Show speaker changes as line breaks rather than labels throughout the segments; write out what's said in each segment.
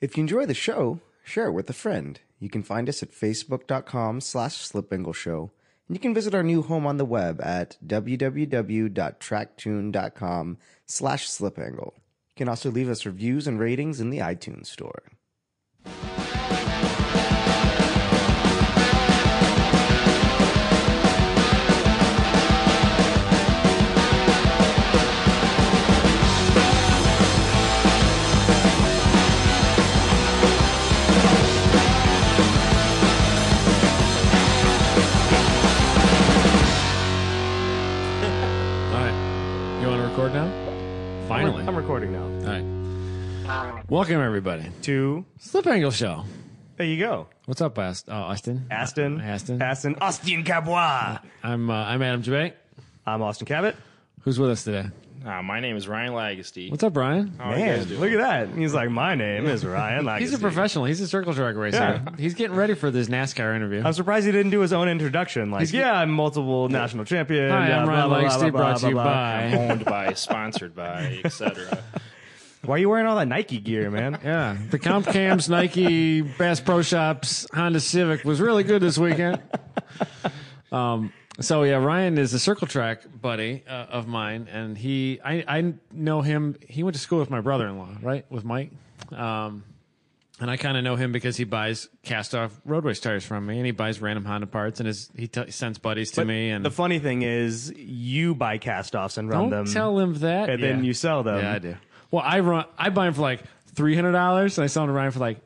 If you enjoy the show, share it with a friend. You can find us at facebook.com slash slipingleshow, and you can visit our new home on the web at www.tracktune.com slash slipingle. You can also leave us reviews and ratings in the iTunes store.
All right. You want to record now? Finally.
I'm recording now.
All right. Welcome, everybody.
Two.
Slip Angle Show.
There you go.
What's up, Ast- oh, Austin?
Aston.
Uh, Aston.
Aston. Austin Cabois.
I'm, uh, I'm Adam Jabay.
I'm Austin Cabot.
Who's with us today?
Uh, my name is Ryan Lagasty.
What's up, Brian?
How are you guys doing?
look at that. He's like, my name is Ryan.
He's a
Lagasty."
professional. He's a circle track racer.
Yeah.
He's getting ready for this NASCAR interview.
I'm surprised he didn't do his own introduction. Like,
He's-
yeah, I'm multiple national champion.
Hi,
yeah,
I'm
blah, blah,
Ryan
blah,
Langston,
blah,
brought to you
blah, blah.
by.
Owned by, sponsored by, etc.
Why are you wearing all that Nike gear, man?
Yeah, the Comp Cams, Nike, Bass Pro Shops, Honda Civic was really good this weekend. Um, so yeah, Ryan is a circle track buddy uh, of mine, and he I, I know him. He went to school with my brother in law, right, with Mike, um, and I kind of know him because he buys cast off roadways tires from me, and he buys random Honda parts, and his he t- sends buddies to me, and
The funny thing is, you buy castoffs and run
don't
them.
tell him that,
and then you sell them.
Yeah, I do. Well, I run. I buy them for like three hundred dollars, and I sell them to Ryan for like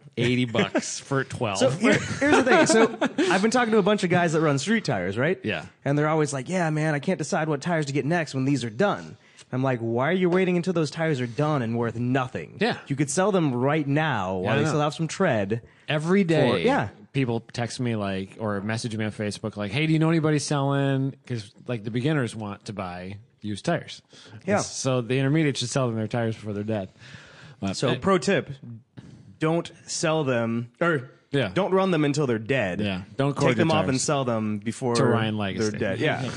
eighty bucks for twelve.
So here- here's the thing. So I've been talking to a bunch of guys that run street tires, right?
Yeah.
And they're always like, "Yeah, man, I can't decide what tires to get next when these are done." I'm like, "Why are you waiting until those tires are done and worth nothing?
Yeah.
You could sell them right now
I
while they
know.
still have some tread."
Every day,
For- yeah.
People text me like or message me on Facebook like, "Hey, do you know anybody selling?" Because like the beginners want to buy used tires.
Yeah.
So the intermediates should sell them their tires before they're dead. But-
So,
Eh,
pro tip: don't sell them or
Yeah.
don't run them until they're dead.
Yeah. Don't
take
cord
them
your
off and
tires.
sell them before
To Ryan
they're
Lagasty.
dead. Yeah,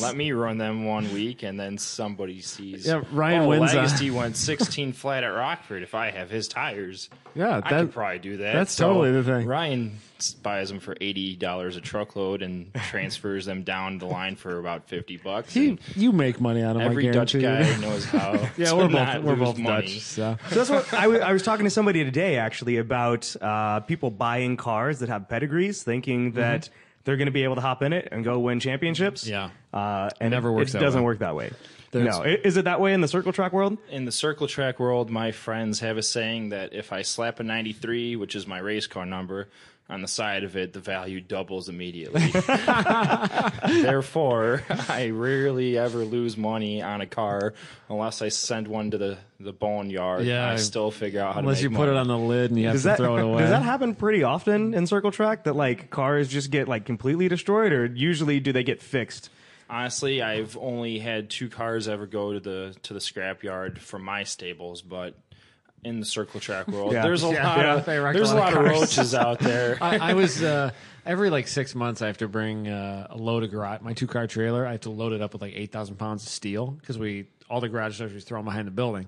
Let me run them one week, and then somebody sees.
Yeah, Ryan
oh,
wins, uh,
Lagasty went 16 flat at Rockford. If I have his tires,
Yeah,
I
that-
could probably do that.
that's
So
totally the thing.
Ryan s- buys them for 80 dollars a truckload and transfers them down the line for about 50 bucks.
you,
And
you make money out of
every
my
Dutch
guarantee.
guy knows how.
yeah,
to
we're both
not
we're
lose
both
money.
Dutch. So.
So that's what I wa- I was talking to somebody today actually about uh, people buying cars that have pedigrees, thinking
Mm-hmm.
that they're going to be able to hop in it and go win championships.
Yeah.
uh, and
Never
it-
works
It
that
doesn't
way.
work that way.
There's-
no, I- is it that way in the circle track world?
in the circle track world, my friends have a saying that if I slap a 93, which is my race car number, on the side of it, the value doubles immediately. Therefore, I rarely ever lose money on a car unless I send one to the, the boneyard.
Yeah.
I still figure out how
Unless
to
you
make
put it
money.
on the lid and you have
Does
to
that
throw it away.
does that happen pretty often in circle track? That like cars just get like completely destroyed, or usually do they get fixed?
Honestly, I've only had two cars ever go to the to the scrapyard from my stables, but in the circle track world,
Yeah.
there's a
Yeah.
lot
Yeah.
of
They wreck a
there's a
lot
lot
of
of
cars.
roaches out there.
I, I was uh, every like six months I have to bring uh, a load of garage my two car trailer. I have to load it up with like eight thousand pounds of steel because we all the garage doors we throw them behind the building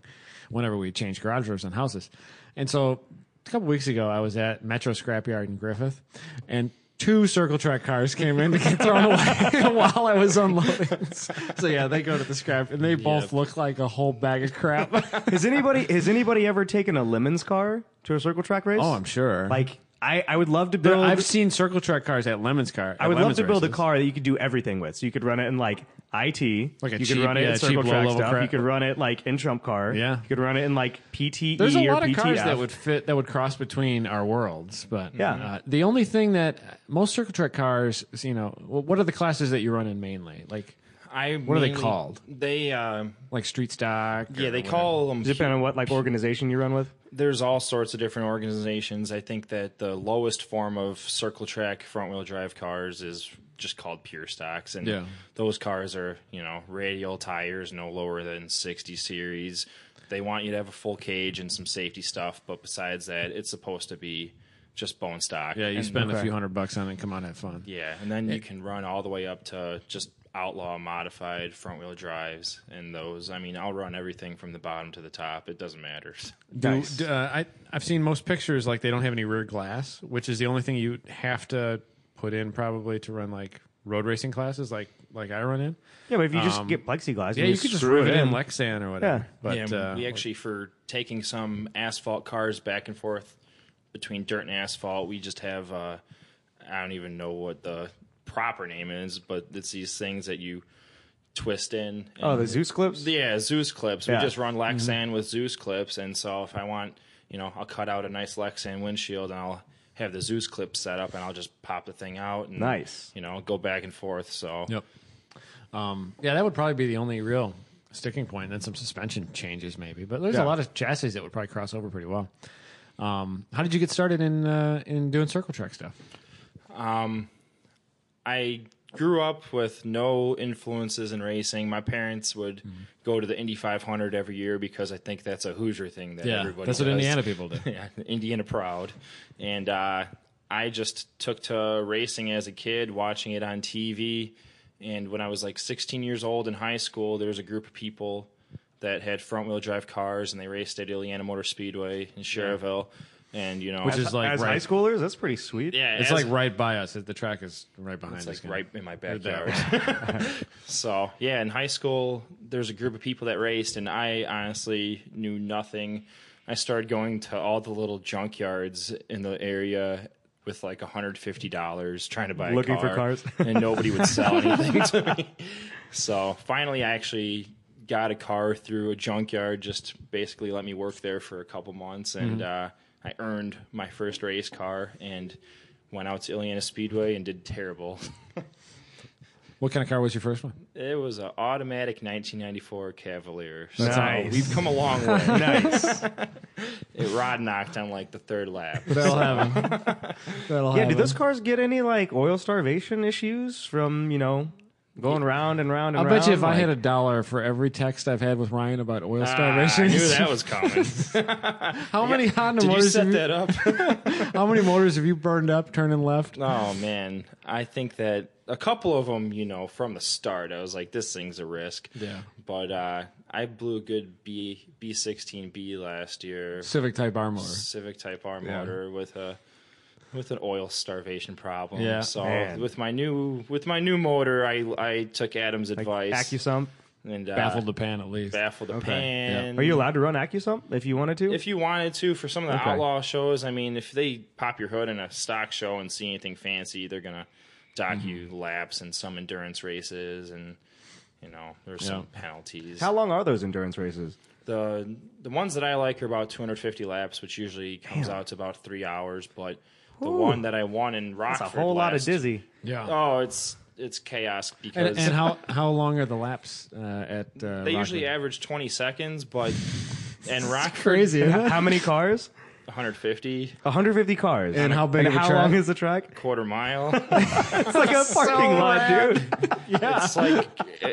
whenever we change garage doors on houses. And so a couple weeks ago I was at Metro Scrapyard in Griffith, and two circle track cars came in to get thrown away while I was unloading. So yeah, they go to the scrap and they both look like a whole bag of crap.
Has anybody has anybody ever taken a lemons car to a circle track race?
oh, I'm sure.
Like I, I would love to
But
build.
I've seen circle track cars at Lemon's car.
I would love to build
a
a
car.
car that you could do everything with. So you could run it in like IT,
Like a
you
cheap-
could run it
yeah,
in
cheap
circle track
low-level
stuff.
crap.
You could run it like in Trump car.
Yeah.
you could run it in like PTE
There's a
E
or
lot of
PTF.
cars that would fit that would cross between our worlds, but
Yeah.
uh, the only thing that most circle track cars, you know, wh- what are the classes that you run in mainly? Like
I
What are they called?
They um,
like street stock? or
yeah, they
whatever.
call them.
depend on what like organization you run with.
There's all sorts of different organizations. I think that the lowest form of circle track front wheel drive cars is just called pure stocks, and
Yeah.
those cars are you know radial tires, no lower than 60 series. They want you to have a full cage and some safety stuff, but besides that, it's supposed to be just bone stock.
Yeah, you
And-
spend a few hundred bucks on it and come on have fun.
yeah, and then you can run all the way up to just outlaw modified front wheel drives and those. I mean, I'll run everything from the bottom to the top. It doesn't matter.
Do- d- uh, I, I've seen most pictures like they don't have any rear glass, which is the only thing you have to put in probably to run like road racing classes, like like I run in.
Yeah, but if you just get plexiglass,
Um, Yeah,
and
you could just
screw
run it
in.
in Lexan or whatever.
Yeah.
But
yeah,
uh,
we actually for taking some asphalt cars back and forth between dirt and asphalt. We just have uh, I don't even know what the proper name is, but it's these things that you twist in. And
oh, the Zeus clips.
Yeah, Zeus clips.
Yeah. Mm-hmm.
We just run Lexan with Zeus clips, and so if I want, you know, I'll cut out a nice Lexan windshield, and I'll have the Zeus clip set up, and I'll just pop the thing out, and
Nice.
you know, go back and forth. So
Yep. Um, yeah, that would probably be the only real sticking point. And then some suspension changes, maybe. But there's
Yeah.
a lot of chassis that would probably cross over pretty well. Um, how did you get started in uh, in doing circle track stuff?
I grew up with no influences in racing. My parents would
Mm-hmm.
go to the Indy 500 every year because I think that's a Hoosier thing that everybody
that's what
does.
Indiana people do.
yeah, Indiana proud. And uh, I just took to racing as a kid, watching it on TV. And when I was like 16 years old in high school, there was a group of people that had front wheel drive cars and they raced at Ileana Motor Speedway in Cherville. And, you know,
Which is like
As high
right,
schoolers, that's pretty sweet.
yeah,
it's
as-
like right by us. The track is right behind
it's
us.
like
kinda.
right in my backyard. so yeah, in high school, there's a group of people that raced, and I honestly knew nothing. I started going to all the little junkyards in the area with like $150 trying to buy a
Looking for
car,
cars.
and nobody would sell anything to me. So finally, I actually got a car through a junkyard. Just basically let me work there for a couple months, and uh, I earned my first race car and went out to Ileana Speedway and did terrible.
What kind of car was your first one?
It was an automatic 1994 Cavalier. So
Nice.
we've come a long way.
nice.
it rod knocked on like the third lap.
That'll happen. That'll
Yeah, did those cars get any like oil starvation issues from you know going round and round
I
and round?
bet you if I
Like,
had a dollar for every text I've had with Ryan about oil
Ah, I
starvation,
knew that was coming.
how many Honda
Did you
motors? Have
set
you,
that up?
how many motors have you burned up turning left?
Oh man, I think that a couple of them, you know, from the start, I was like, this thing's a risk.
Yeah.
But uh, I blew a good B B sixteen B last year,
Civic Type R motor.
Civic Type R
Yeah.
motor with a with an oil starvation problem.
Yeah.
So
Man.
with my new with my new motor, I I took Adam's advice
Accusump.
and uh,
baffled the pan at least.
baffled the
Okay.
pan.
Are you allowed to run Accusump Mm-hmm. if you wanted to?
If you wanted to, for some of the outlaw shows, I mean, if they pop your hood in a stock show and see anything fancy, they're gonna dock
Mm-hmm.
you laps and some endurance races, and you know, there's some penalties.
How long are those endurance races?
the the ones that I like are about 250 laps, which usually comes out to about three hours. But the one that I won in
It's
Rockford,
a whole lot of
last-
dizzy.
yeah.
Oh, it's it's chaos because
and, and how how long are the laps uh, at? Uh,
they usually
Rockland?
average 20 seconds, but and Rockford
crazy. isn't it?
How many cars?
150
150 cars.
And how big
And
of a
how
track?
long is the track?
quarter mile.
It's like a parking lot,
rad.
dude.
It's like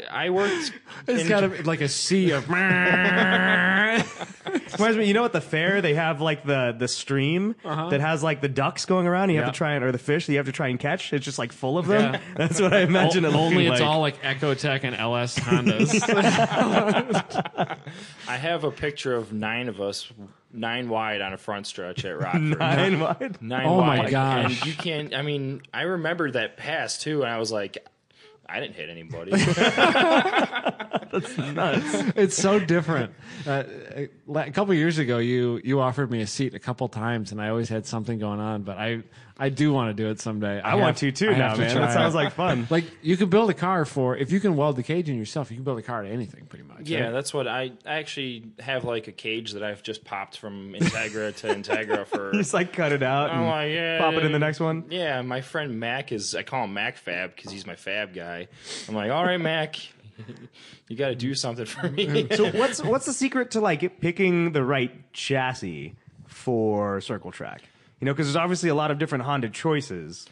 I worked.
It's
in-
got to like a sea of.
Reminds me, you know, at the fair they have like the the stream that has like the ducks going around. and You
Uh-huh. Yeah.
have to try and or the fish that you have to try and catch. It's just like full of them.
Yeah.
That's what I imagine. it looking
Only it's
like.
all like Ecotech and LS Hondas.
I have a picture of nine of us, nine wide on a front stretch at Rockford.
nine wide.
Nine
Oh my
wide.
gosh.
And you can't. I mean, I remembered that pass too, and I was like, I didn't hit anybody.
it's so different. Uh, a la- a couple years ago, you you offered me a seat a couple times, and I always had something going on. But I I do want to do it someday.
I want to too now, man. That sounds
like.
like fun.
Like you can build a car for if you can weld the cage in yourself, you can build a car to anything pretty much.
yeah,
right?
that's what I. I actually have like a cage that I've just popped from Integra to Integra for.
Just like cut it out
I'm
and
like, yeah,
pop it in the next one.
Yeah, my friend Mac is. I call him Mac Fab because he's my Fab guy. I'm like, all right, Mac, you got to do something for me.
So what's what's the secret to like picking the right chassis for circle track? You know, because there's obviously a lot of different Honda choices.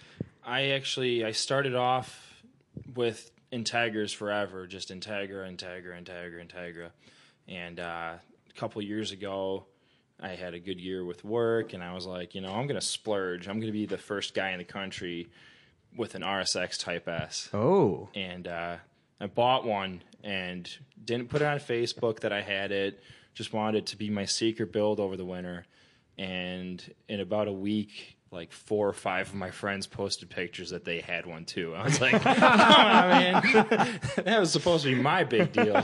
I actually I started off with Integras forever, just Integra, Integra, Integra, Integra, and uh, a couple years ago, I had a good year with work, and I was like, you know, I'm gonna splurge. I'm gonna be the first guy in the country with an RSX Type S,
Oh,
and uh, I bought one and didn't put it on Facebook that I had it. Just wanted it to be my secret build over the winter. And in about a week, like four or five of my friends posted pictures that they had one too. I was like, "Come on, man, that was supposed to be my big deal."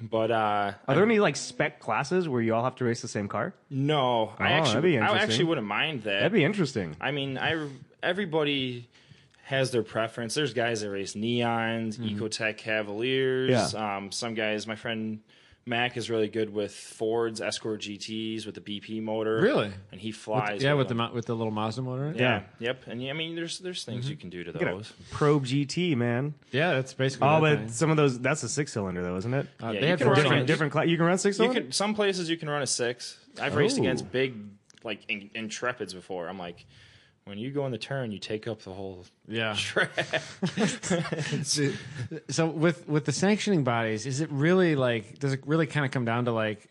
But uh,
Are there any like spec classes where you all have to race the same car?
no, I
Oh, that'd be
actually, I
interesting.
actually wouldn't mind that.
That'd be interesting.
I mean, I everybody has their preference. There's guys that race neons,
Mm-hmm.
Ecotech Cavaliers.
Yeah.
Um, some guys, my friend Mac is really good with Ford's Escort GTs with the BP motor.
Really?
And he flies.
yeah, with the mo- with the Mm-hmm. little Mazda motor. in it?
yeah. Yep. And yeah, I mean, there's there's things you can do to
Get a
those.
Probe GT, man.
yeah, that's basically.
Oh,
that
but
thing.
some of those, that's a six cylinder though, isn't it?
Uh,
Yeah,
they
you
have
can
to
run
different,
it.
different class. You can run six
You
cylinder?
can some places you can run a six. I've raced
Oh.
Ooh.
against big like in, intrepids before. I'm like. When you go in the turn, you take up the whole
Yeah.
track.
So with with the sanctioning bodies, is it really like? Does it really kind of come down to like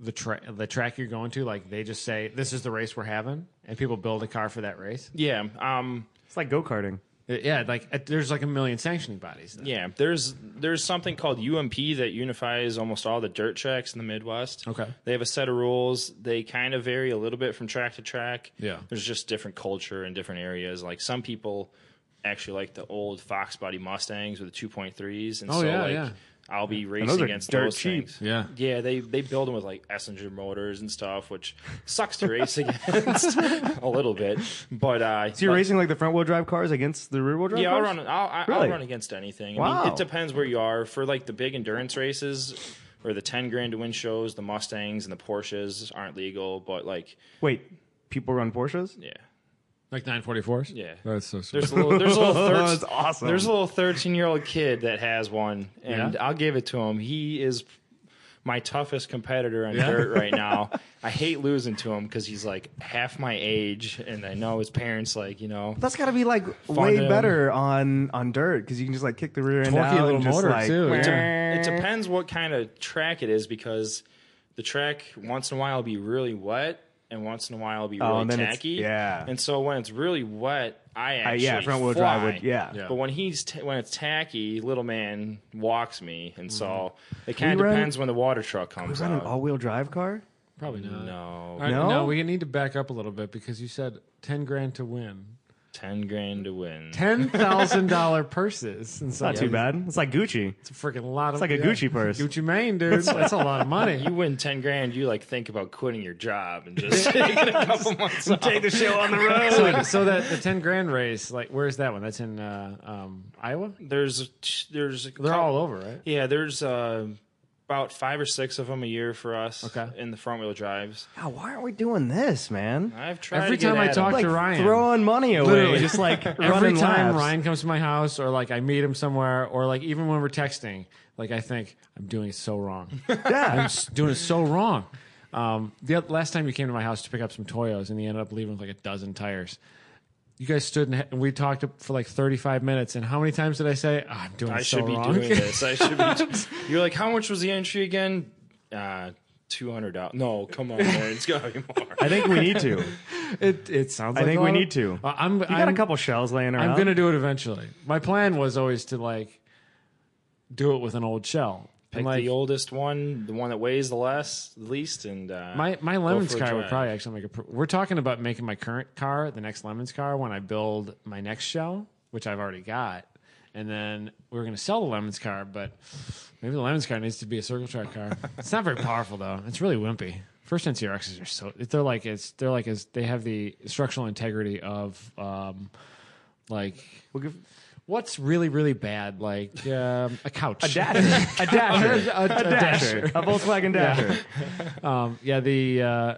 the tra- the track you're going to? Like they just say this is the race we're having, and people build a car for that race.
yeah. Um,
It's like go karting.
Uh, Yeah, like uh, there's like a million sanctioning bodies. then.
Yeah, there's there's something called UMP that unifies almost all the dirt tracks in the Midwest.
Okay.
They have a set of rules. They kind of vary a little bit from track to track.
Yeah.
There's just different culture in different areas. Like some people actually like the old Fox body Mustangs with the 2.3s and
Oh,
so
yeah,
like
yeah.
I'll be racing
are
against
dirt
those
cheap.
things.
Yeah.
Yeah, they they build them with like Essinger motors and stuff, which sucks to race against a little bit. But uh
So you're
but-
racing like the front wheel drive cars against the rear wheel drive
yeah, I'll
cars?
run. I'll, I-
Really?
I'll run against anything. I
Wow.
mean, it depends where you are. For like the big endurance races or the ten grand to win shows, the Mustangs and the Porsches aren't legal. But like,
Wait, people run Porsches?
yeah,
Like 944s.
yeah.
that's so sweet.
There's a little. There's a little.
Oh,
thir-
that's awesome.
There's a little thirteen-year-old kid that has one, and
Yeah?
I'll give it to him. He is my toughest competitor on dirt right now. I hate losing to him because he's like half my age, and I know his parents like you know.
That's got to be like way
to-
better on on dirt because you can just like kick the rear end
Torquey
out
little
and just
motor,
like,
too. It's
"Wah."
It depends what kind of track it is because the track once in a while will be really wet and once in a while will be really
Oh, and then it's-
tacky.
yeah.
And so when it's really wet, I
Uh,
actually
yeah, front wheel drive
fly.
would yeah.
Yeah.
But when he's t- when it's tacky, little man walks me, and
Mm-hmm.
so it kind
We
of
run-
depends when the water truck comes
Run an
out.
all wheel drive car?
probably not.
No,
All right,
No?
no, we need to back up a little bit because you said 10 grand to win.
ten grand to win.
$10,000 purses. It's
Not too bad. It's like Gucci.
It's a freaking lot of
like a Gucci purse.
Gucci Mane, dude. That's a lot of money.
You win ten grand, you like think about quitting your job and just taking a couple months. off.
Take the show on the road.
so, so that the 10 grand race, like, where's that one? That's in uh, um, Iowa?
There's there's
They're all over, right?
Yeah, there's uh, about five or six of them a year for us
Okay.
in the front wheel drives.
God, why aren't we doing this, man?
I've tried
Every
to get
time I
at
talk
'em.
Like
to Ryan.
throwing money away,
Literally.
just like
Every
running
time
laps.
Ryan comes to my house, or like I meet him somewhere, or like even when we're texting, like I think I'm doing it so wrong. I'm
Yeah.
s- doing it so wrong. Um, the oth- last time you came to my house to pick up some Toyos, and you ended up leaving with like a dozen tires. You guys stood and ha- and we talked for like 35 minutes. And how many times did I say, "Oh, "I'm doing
I
it so
should be
wrong"?
doing this. I should be. You're like, how much was the entry again? Uh, Two hundred dollars. No, come on, man. It's gotta be more.
I think we need to.
it, it sounds.
I
like
think
a
we
lot of-
need to.
Uh, I'm.
You got a couple shells laying around.
I'm gonna do it eventually. My plan was always to like do it with an old shell.
Pick
And, like,
the oldest one, the one that weighs the less, least, and uh,
My my
go
lemons
for a
car would
drive.
probably actually make a. pr- We're talking about making my current car the next lemons car when I build my next shell, which I've already got, and then we're gonna sell the lemons car. But maybe the lemons car needs to be a circle track car. it's not very powerful though. It's really wimpy. First NCRXs are so they're like it's they're like as they have the structural integrity of um like
We'll give-
what's really really bad like um, a couch a
Dasher. A Dasher.
a, a dasher.
Dasher. A Volkswagen Dasher.
Um, yeah, the uh,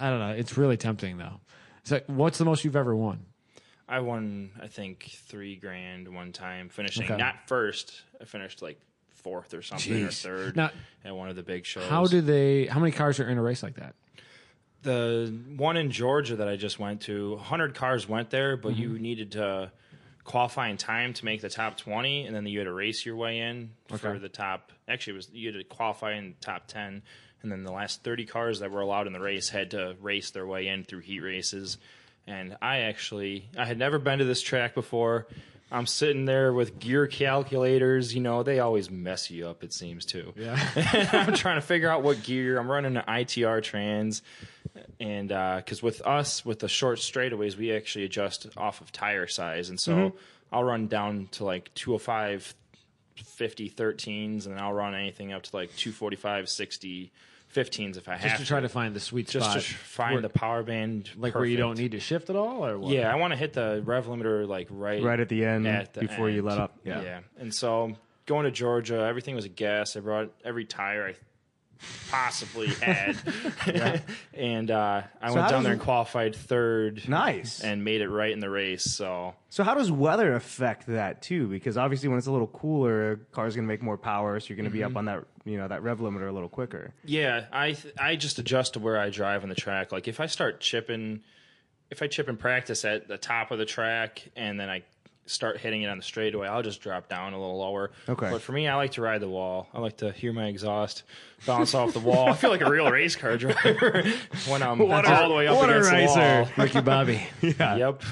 I don't know. It's really tempting though. So, what's the most you've ever won?
I won, I think, three grand one time, finishing
Okay.
not first. I finished like fourth or something or
Jeez.
third
Now-
at one of the big shows.
How do they? How many cars are in a race like that?
the one in Georgia that I just went to, 100 cars went there, but you needed to qualify in time to make the top 20, and then you had to race your way in for
Okay.
the top. Actually, it was you had to qualify in the top 10, and then the last 30 cars that were allowed in the race had to race their way in through heat races. And I actually, I had never been to this track before. I'm sitting there with gear calculators. You know, they always mess you up, it seems, too. Yeah. I'm trying to figure out what gear. I'm running an ITR trans. And because with us, with the short straightaways, we actually adjust off of tire size. And so
Mm-hmm.
I'll run down to like 205, 50, 13s, and then I'll run anything up to like 245, 60, 15s if I have
Just to try to find the sweet
just
spot.
to sh- find
where-
the power band
like where you
perfect.
don't need to shift at all, or what?
Yeah, I want to hit the rev limiter like right
Right at the end,
at the
Mm-hmm. before you
end.
let up.
Yeah.
Yeah.
And so going to Georgia, everything was a guess. I brought every tire I possibly had. and uh, I
how
went down
does
there
it-
and qualified third
Nice.
and made it right in the race. So
So how does weather affect that too? Because obviously, when it's a little cooler, a car's going to make more power, so you're going to be up on that, you know, that rev limiter a little quicker.
Yeah, I th- I just adjust to where I drive on the track. Like if I start chipping, if I chip in practice at the top of the track and then I start hitting it on the straightaway, I'll just drop down a little lower.
Okay.
But for me, I like to ride the wall. I like to hear my exhaust bounce off the wall. I feel like a real race car driver when I'm all the way up
what a
against the wall.
racer.
Ricky Bobby.
Yep.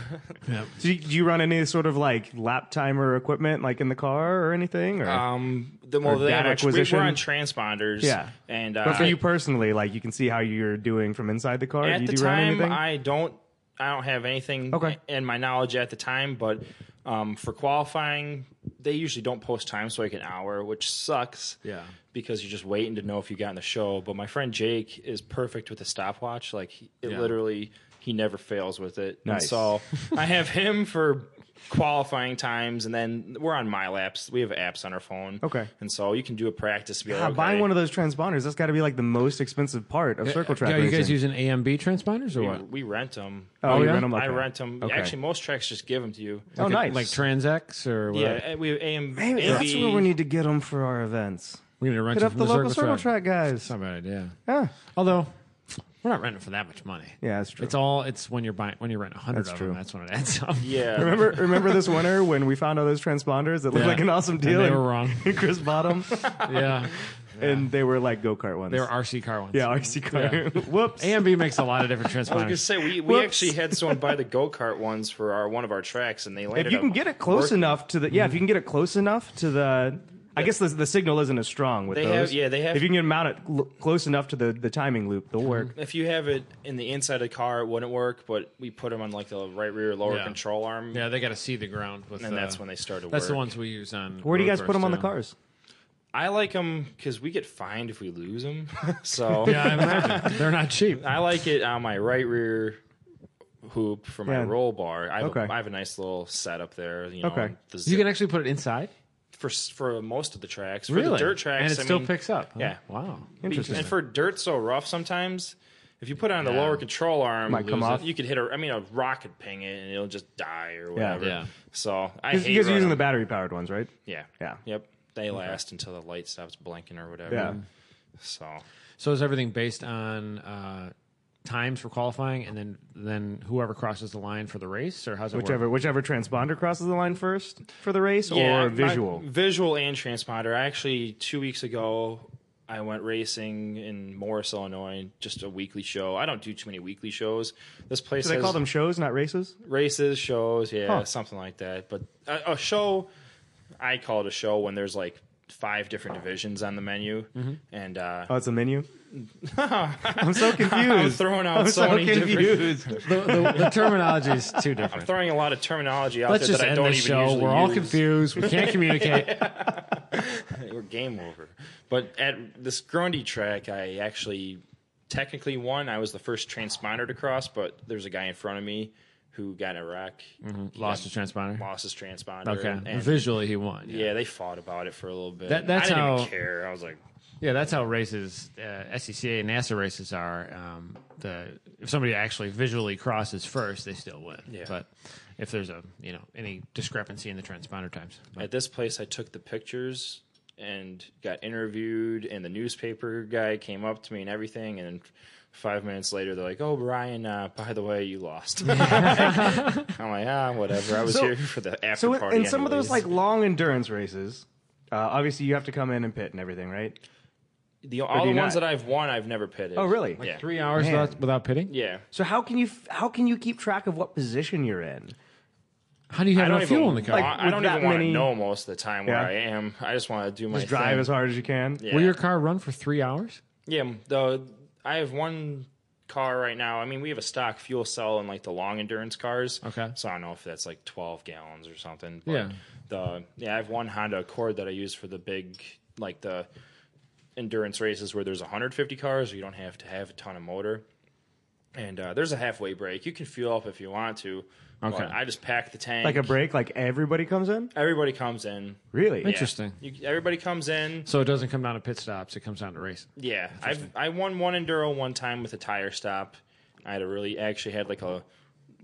Do you, do you run any sort of like lap timer equipment, like in the car or anything? Or
Um, the well, they
data
have, we,
acquisition?
we're on transponders.
Yeah.
And uh,
but for you personally, like you can see how you're doing from inside the car.
at
do you
the
do
time
run anything?
I don't I don't have anything
Okay.
in my knowledge at the time, but um, for qualifying, they usually don't post time so like an hour, which sucks.
Yeah.
Because you're just waiting to know if you got in the show. But my friend Jake is perfect with a stopwatch. Like he, it
Yeah.
literally he never fails with it. And
Nice.
so I have him for qualifying times and then we're on my laps. We have apps on our phone.
Okay.
And so you can do a practice to be
Ah,
like,
Buying
okay,
one of those transponders, that's got to be like the most expensive part of circle track
Are you guys
racing.
using AMB transponders or what?
we rent them.
oh, you
yeah?
rent 'em like
I
that.
rent them.
Okay.
Actually, most tracks just give them to you.
Oh, nice.
Like Transex or what?
Yeah, we have AM.
Maybe
AMV.
that's where we need to get them for our events.
We're gonna rent
Hit
it
up
from
the, local circle
circle,
track, guys.
That's not a bad idea.
Yeah.
Although we're not renting for that much money.
Yeah, that's true.
It's all it's when you're buying when you're renting hundred of
That's
them.
true.
That's when it adds up.
Yeah.
Remember, remember this winter when we found all those transponders that looked
Yeah.
like an awesome
And
deal,
they were wrong.
and Chris bought them,
yeah,
and they were like go kart ones.
they were RC car ones.
yeah, RC car.
Yeah.
Whoops.
AMB makes a lot of different
I was gonna
transponders.
say we, we actually had someone buy the go kart ones for our one of our tracks, and they landed.
if you can
up
get it close
working. Mm-hmm.
enough to the, yeah, if you can get it close enough to the, I guess the, the signal isn't as strong with
They have-
those.
yeah, they have-
If you can mount it cl- close enough to the the timing loop, they'll work.
If you have it in the inside of the car, it wouldn't work. But we put them on like the right rear lower
Yeah.
control arm,
Yeah, they got to see the ground with.
and
the,
that's when they started.
That's the
work.
ones we use on.
Where do you
road
guys put them on the
too.
cars?
I like them because we get fined if we lose them. so
Yeah, I imagine they're not cheap.
I like it on my right rear hoop for my
Yeah.
roll bar. I have,
Okay.
a, I have a nice little setup there. You know,
Okay.
and the
You
zip
can actually put it inside.
for for most of the tracks. For the
Really,
dirt tracks,
and it
I
still
mean,
picks up.
yeah.
wow.
Interesting.
And for dirt so rough sometimes, if you put it on the
Yeah.
lower control arm,
Might come
lose it.
off.
you could hit a, I mean, a rock could ping it and it'll just die or whatever.
Yeah.
So I
You guys
hate Mm-hmm.
are using the
running-
battery powered ones, right?
Yeah.
Yeah.
Yep. They last until the light stops blinking or whatever.
Yeah.
So
So is everything based on uh, times for qualifying, and then then whoever crosses the line for the race, or how's it work?
Whichever whichever transponder crosses the line first for the race, or
my-
visual.
visual and transponder. I Actually, two weeks ago, I went racing in Morris, Illinois, just a weekly show. I don't do too many weekly shows. This place
Do they
has
call them shows, not races?
races, shows, yeah,
Huh.
something like that. But a, a show, I call it a show when there's like five different divisions on the menu,
Mm-hmm.
and uh,
Oh, it's a menu. I'm so confused.
I'm throwing out
I'm
so, many different.
confused.
The, the, the terminology is too different.
Throwing a lot of terminology out
Let's
there
just
that I
end
don't
the
even
show.
usually
We're all
use.
confused. We can't communicate.
We're game over. But at this Grundy track, I actually technically won. I was the first transponder to cross, but there's a guy in front of me who got in a wreck,
Mm-hmm. Lost his transponder.
lost his transponder.
Okay.
and-
Visually, he won. Yeah,
yeah, they fought about it for a little bit.
That- that's
I didn't
how-
even care. I was like,
Yeah, that's how races, uh, SCCA and NASA races are. Um, the if somebody actually visually crosses first, they still win.
Yeah.
But if there's a you know any discrepancy in the transponder times,
at this place i took the pictures and got interviewed and the newspaper guy came up to me and everything and five minutes later they're like oh brian uh, by the way you lost i'm like ah whatever i was
So-
here for the after
So in
party
some of those
anyways."
like long endurance races, uh, obviously you have to come in and pit and everything, right?
the, all
do
the
you
ones
not?
that i've won i've never pitted
Oh, really?
yeah
three hours
Man.
without, without pitting.
yeah
So how can you how can you keep track of what position you're in?
How do you have
I don't
no
even,
fuel in the car?
Like,
I- I
with
don't
that
even want
many-
to know most of the time where
Yeah.
I am. I just want to do my
Just drive
thing.
as hard as you can.
Yeah.
Will your car run for three hours?
Yeah, the I have one car right now. I mean, we have a stock fuel cell in like the long endurance cars.
Okay.
So I don't know if that's like 12 gallons or something. But
Yeah.
The yeah, I have one Honda Accord that I use for the big like the endurance races where there's 150 cars. You don't have to have a ton of motor. And uh, there's a halfway break. You can fuel up if you want to. but
Okay.
I just pack the tank.
Like a break, like everybody comes in.
Everybody comes in.
Really?
Yeah.
Interesting.
You, everybody comes in.
So it doesn't come down to pit stops. It comes down to racing.
Yeah, I've I won one enduro one time with a tire stop. I had a really I actually had like a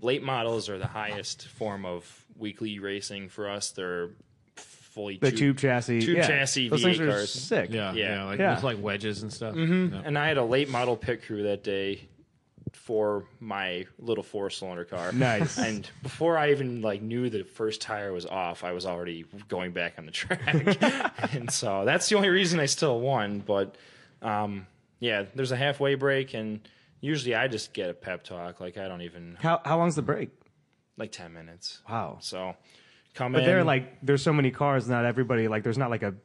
late models are the highest form of weekly racing for us. They're fully
The tube chassis.
tube
yeah.
chassis
Those
V8
things are
cars.
sick.
Yeah.
Like,
Yeah.
With like wedges and stuff. Yeah.
And I had a late model pit crew that day for my little four cylinder car.
Nice.
And before I even like knew the first tire was off, I was already going back on the track. and so that's the only reason I still won. But um, yeah, there's a halfway break and usually I just get a pep talk. Like I don't even
How how long's the break?
like ten minutes.
Wow.
So come
But
in
they're like there's so many cars, not everybody like there's not like a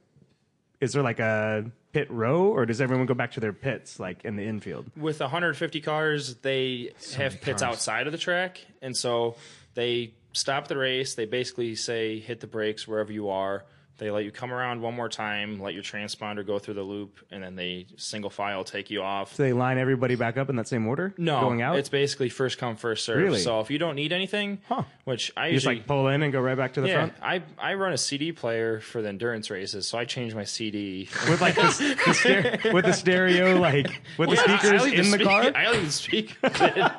is there like a pit row or does everyone go back to their pits like in the infield?
with 150 cars, they have pits outside of the track, and so they stop the race. They basically say, "Hit the brakes wherever you are." They let you come around one more time, let your transponder go through the loop, and then they single file take you off.
Do they line everybody back up in that same order?
no,
Going out?
it's basically first come first serve.
Really?
So if you don't need anything, which I
you just
usually
like pull in and go right back to the
yeah,
front?
I I run a CD player for the endurance races, so I change my CD
With like this, the ster- with the stereo like with the speakers
leave
in the,
speak-
car?
I leave the speaker.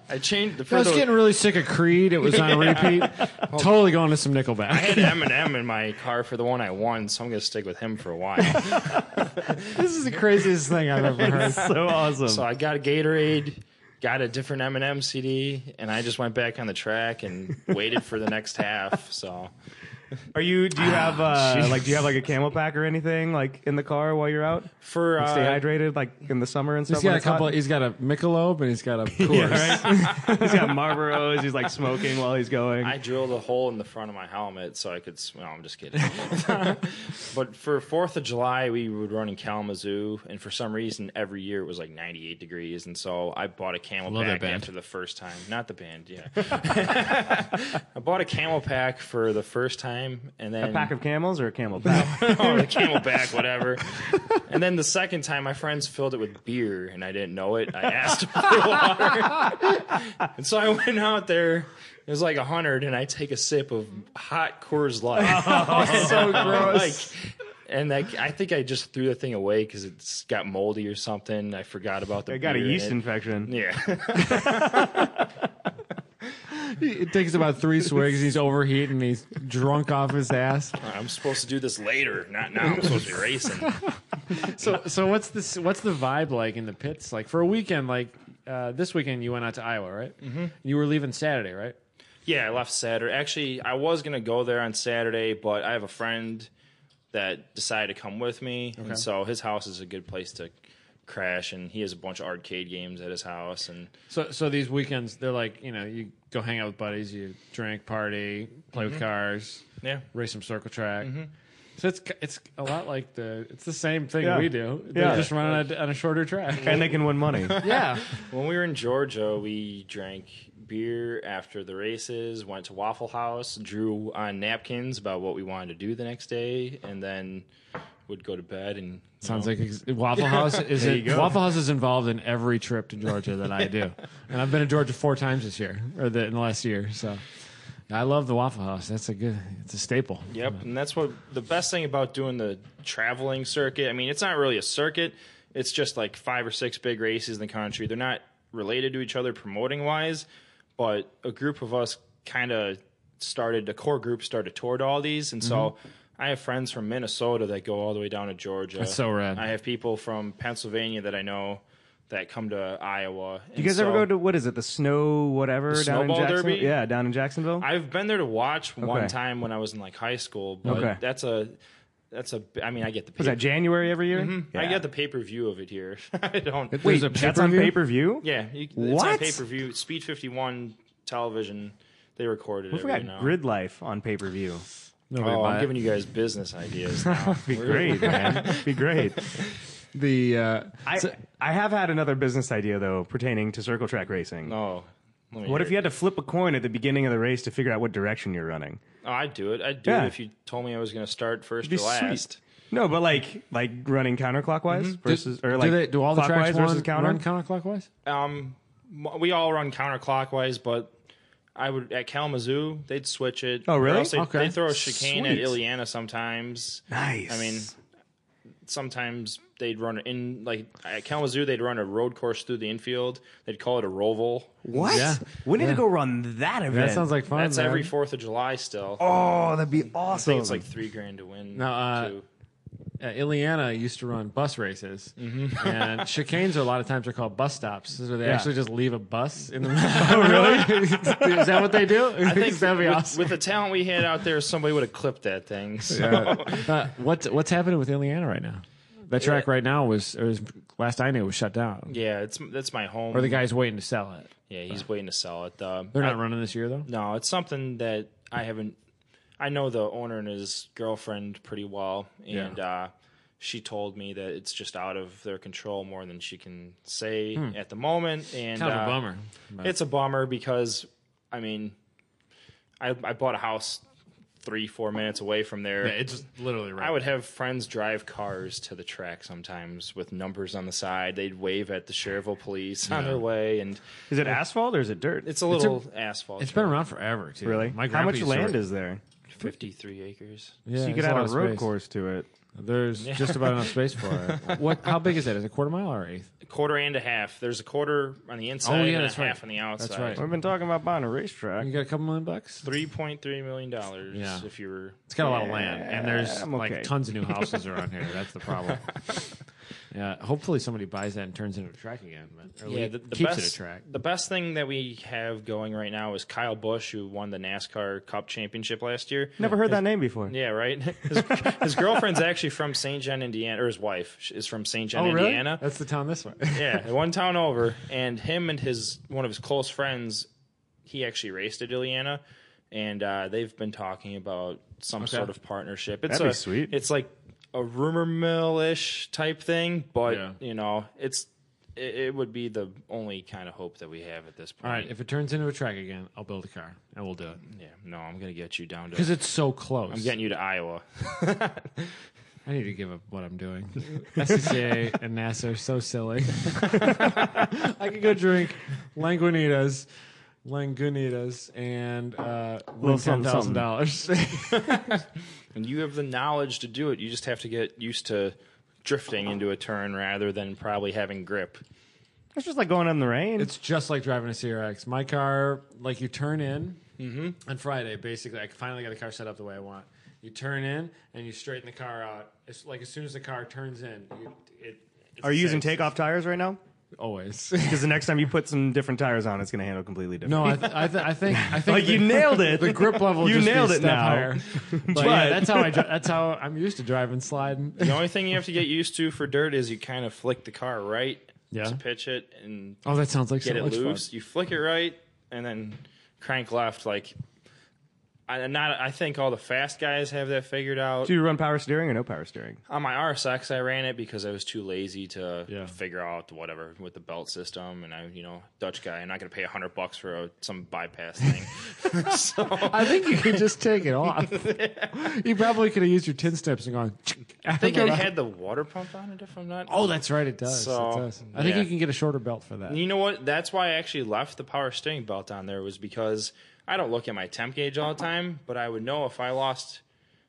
I changed the.
I
For
was
the
getting really sick of Creed. It was on repeat. Totally going to some
I
Nickelback.
had Eminem in my car for the one I won, so I'm gonna stick with him for a while.
this is the craziest thing I've ever heard.
so awesome.
so I got a Gatorade, got a different Eminem CD, and I just went back on the track and waited for the next half. So
Are you? Do
Ah,
you have uh, like? Do you have like a camel pack or anything like in the car while you're out?
for uh,
Stay hydrated, like in the summer and stuff.
He's got
when
a
it's hot?
couple. He's got a Michelob and he's got a Coors.
He's got Marlboros. He's like smoking while he's going.
I drilled a hole in the front of my helmet so I could. s- No, I'm just kidding. but for Fourth of July, we would run in Kalamazoo, and for some reason, every year it was like 98 degrees, and so I bought a
Love that
Camelback
band.
after the first time. Not the band, yeah. I bought a Camelback for the first time, and then
a pack of camels or a camel pack?
oh, the Camelback, whatever. and then the second time, my friends filled it with beer, and I didn't know it. I asked them for water, and so I went out there. It was like a hundred, and I take a sip of hot Coors Light.
so
like, and that, I think I just threw the thing away because it's got moldy or something. I forgot about the.
I got a
beer in
yeast
it.
infection.
Yeah,
It takes about three swigs. He's overheating. He's drunk off his ass.
I'm supposed to do this later, not now. I'm supposed to be racing.
So, so what's this? What's the vibe like in the pits? Like for a weekend, like uh, this weekend, you went out to Iowa, right? Mm-hmm. You were leaving Saturday, right?
Yeah, I left Saturday. Actually, I was gonna go there on Saturday, but I have a friend that decided to come with me, and so his house is a good place to crash. And he has a bunch of arcade games at his house, and
So, so these weekends, they're like you know, you go hang out with buddies, you drink, party, play with cars,
yeah,
race some circle track. So it's it's a lot like the it's the same thing
Yeah.
we do. They're
Yeah.
just running on a, on a shorter track.
And they can win money.
yeah,
When we were in Georgia, we drank beer after the races, went to Waffle House, drew on napkins about what we wanted to do the next day, and then would go to bed and you
sounds
know,
like ex- Waffle House is
There
in-
you go.
Waffle House is involved in every trip to Georgia that I do, and I've been to Georgia four times this year or the, in the last year. So I love the Waffle House. That's a good. It's a staple.
Yep, and that's what the best thing about doing the traveling circuit. I mean, it's not really a circuit; it's just like five or six big races in the country. They're not related to each other promoting wise, but a group of us kind of started. The core group started toward all these, and so
Mm-hmm.
I have friends from Minnesota that go all the way down to Georgia.
That's so rad.
I have people from Pennsylvania that I know that come to Iowa.
You guys ever go to what is it? The snow whatever down in
snowball
Jacksonville?
derby?
Yeah, down in Jacksonville.
I've been there to watch one
Okay.
time when I was in like high school, but
Okay.
that's a that's a. I mean, I get the.
was that January every year?
Mm-hmm. I
Yeah.
get the pay per view of it here. I don't.
There's a
That's on
pay-per-view?
pay per view.
yeah, you, it's
What?
on pay per view. Speed fifty one television. They recorded
We
it. every
forgot
now and-
Grid Life on pay per view.
Nobody
Oh,
buy
I'm
it.
giving you guys business ideas. Now.
Be great, man. Be great.
the uh,
I I have had another business idea though pertaining to circle track racing.
oh, let me
What
hear
if you had to flip a coin at the beginning of the race to figure out what direction you're running?
Oh, I'd do it. I'd do
Yeah.
it if you told me I was going to start first or
It'd be sweet.
last.
No, but like like running counterclockwise
Mm-hmm.
versus
do,
or like
do, they, do all the
clockwise
tracks
versus
run,
counter.
run counterclockwise?
Um, m- we all run counterclockwise, but I would at Kalamazoo they'd switch it.
Oh, really?
Or else they'd,
Okay.
they'd throw a chicane
Sweet.
at Ileana sometimes.
nice.
I mean, sometimes they'd run in like at Kalamazoo they'd run a road course through the infield. They'd call it a roval.
what?
Yeah.
We need
Yeah.
to go run that event.
That sounds like fun.
That's
man.
every Fourth of July still.
Oh, that'd be
I
awesome.
think it's like three grand to win.
No, uh,
too.
uh, Ileana used to run bus races, and chicanes are a lot of times are called bus stops, so they
Mm-hmm. Yeah.
actually just leave a bus in the middle. oh, really? Is that what they do?
I think
that'd be
with,
awesome.
with the talent we had out there, somebody would have clipped that thing. So.
uh, what's what's happening with Ileana right now? That track right now was, or was last I knew was shut down,
Yeah, it's that's my home.
or the guy's waiting to sell it.
yeah, he's waiting to sell it. Uh,
They're
I-
not running this year though.
No, it's something that I haven't. I know the owner and his girlfriend pretty well, and uh, she told me that it's just out of their control more than she can say at the moment. And
Kind of
uh,
Hmm. a bummer. but-
It's a bummer because I mean, I I bought a house three four minutes away from there.
Yeah, it's literally right.
I would have friends drive cars to the track sometimes with numbers on the side. They'd wave at the Cherville police on their way, and
is it asphalt or is it dirt?
it's a little asphalt.
It's been around forever too.
really.
My
How
grandpa
much
used to
land
ra-
is there?
fifty-three acres.
Yeah,
so you
there's
could add
lot
a
of
road
space.
course to it.
There's just about enough space for it. What? How big is that? Is it a quarter mile or eighth?
quarter and a half. There's a quarter on the inside
Oh, yeah,
and a
that's right.
half on the outside.
right.
We've been talking about buying a racetrack.
You got a couple million bucks.
Three point three million dollars.
Yeah.
If you were,
It's got a lot of land, and there's
I'm okay.
like tons of new houses around here. That's the problem. yeah, hopefully somebody buys that and turns it into a track again. But, or
yeah,
yeah,
the, the
keeps
best
it a track.
the best thing that we have going right now is Kyle Busch, who won the NASCAR Cup Championship last year.
Never heard that name before.
Yeah, right. His, his girlfriend's actually from St. John, Indiana, or his wife sh- is from St.
Oh,
John, Indiana.
That's the town this way.
yeah, one town over. And him and his one of his close friends, he actually raced at Ileana, and uh, they've been talking about some sort of partnership. It's
That'd be
a,
sweet.
It's like a rumor mill ish type thing, but
Yeah.
you know, it's it, it would be the only kind of hope that we have at this
All
point.
right, if it turns into a track again, I'll build a car and we'll do it
Yeah, no, I'm gonna get you down
because
to.
it's so close.
I'm getting you to Iowa.
I need to give up what I'm doing. SCCA and NASA are so silly. I could go drink Langunitas, Langunitas, and uh, win ten
something,
thousand dollars.
And you have the knowledge to do it. You just have to get used to drifting into a turn rather than probably having grip.
It's just like going in the rain.
It's just like driving a CRX. My car, like you turn in
Mm-hmm.
on Friday, basically. I finally got the car set up the way I want. You turn in and you straighten the car out. It's like as soon as the car turns in, you, it. It's
Are you using
safe.
takeoff tires right now?
Always.
Because the next time you put some different tires on, it's going to handle completely different.
no, I, th- I, th- I think I think
Like you
the-
nailed it.
The grip level
You
just be
nailed
a
it
step
now.
Higher. But, yeah,
But-
that's how I. Dri- that's how I'm used to driving, sliding.
The only thing you have to get used to for dirt is you kind of flick the car right
Yeah.
to pitch it and
Oh, that sounds like
get
so
it
much fun.
loose. You flick it right and then crank left. Like I not I think all the fast guys have that figured out.
Do you run power steering or no power steering?
On my RSX, I ran it because I was too lazy to
Yeah.
figure out whatever with the belt system, and I, you know, Dutch guy, I'm not gonna pay hundred bucks for a, some bypass thing.
I think you could just take it off. you probably could have used your tin steps and gone. I
I think it had the water pump on it, if I'm not.
Oh, that's right. It does.
So,
it does. I think
yeah.
you can get a shorter belt for that.
You know what? That's why I actually left the power steering belt on there was because I don't look at my temp gauge all the time, but I would know if I lost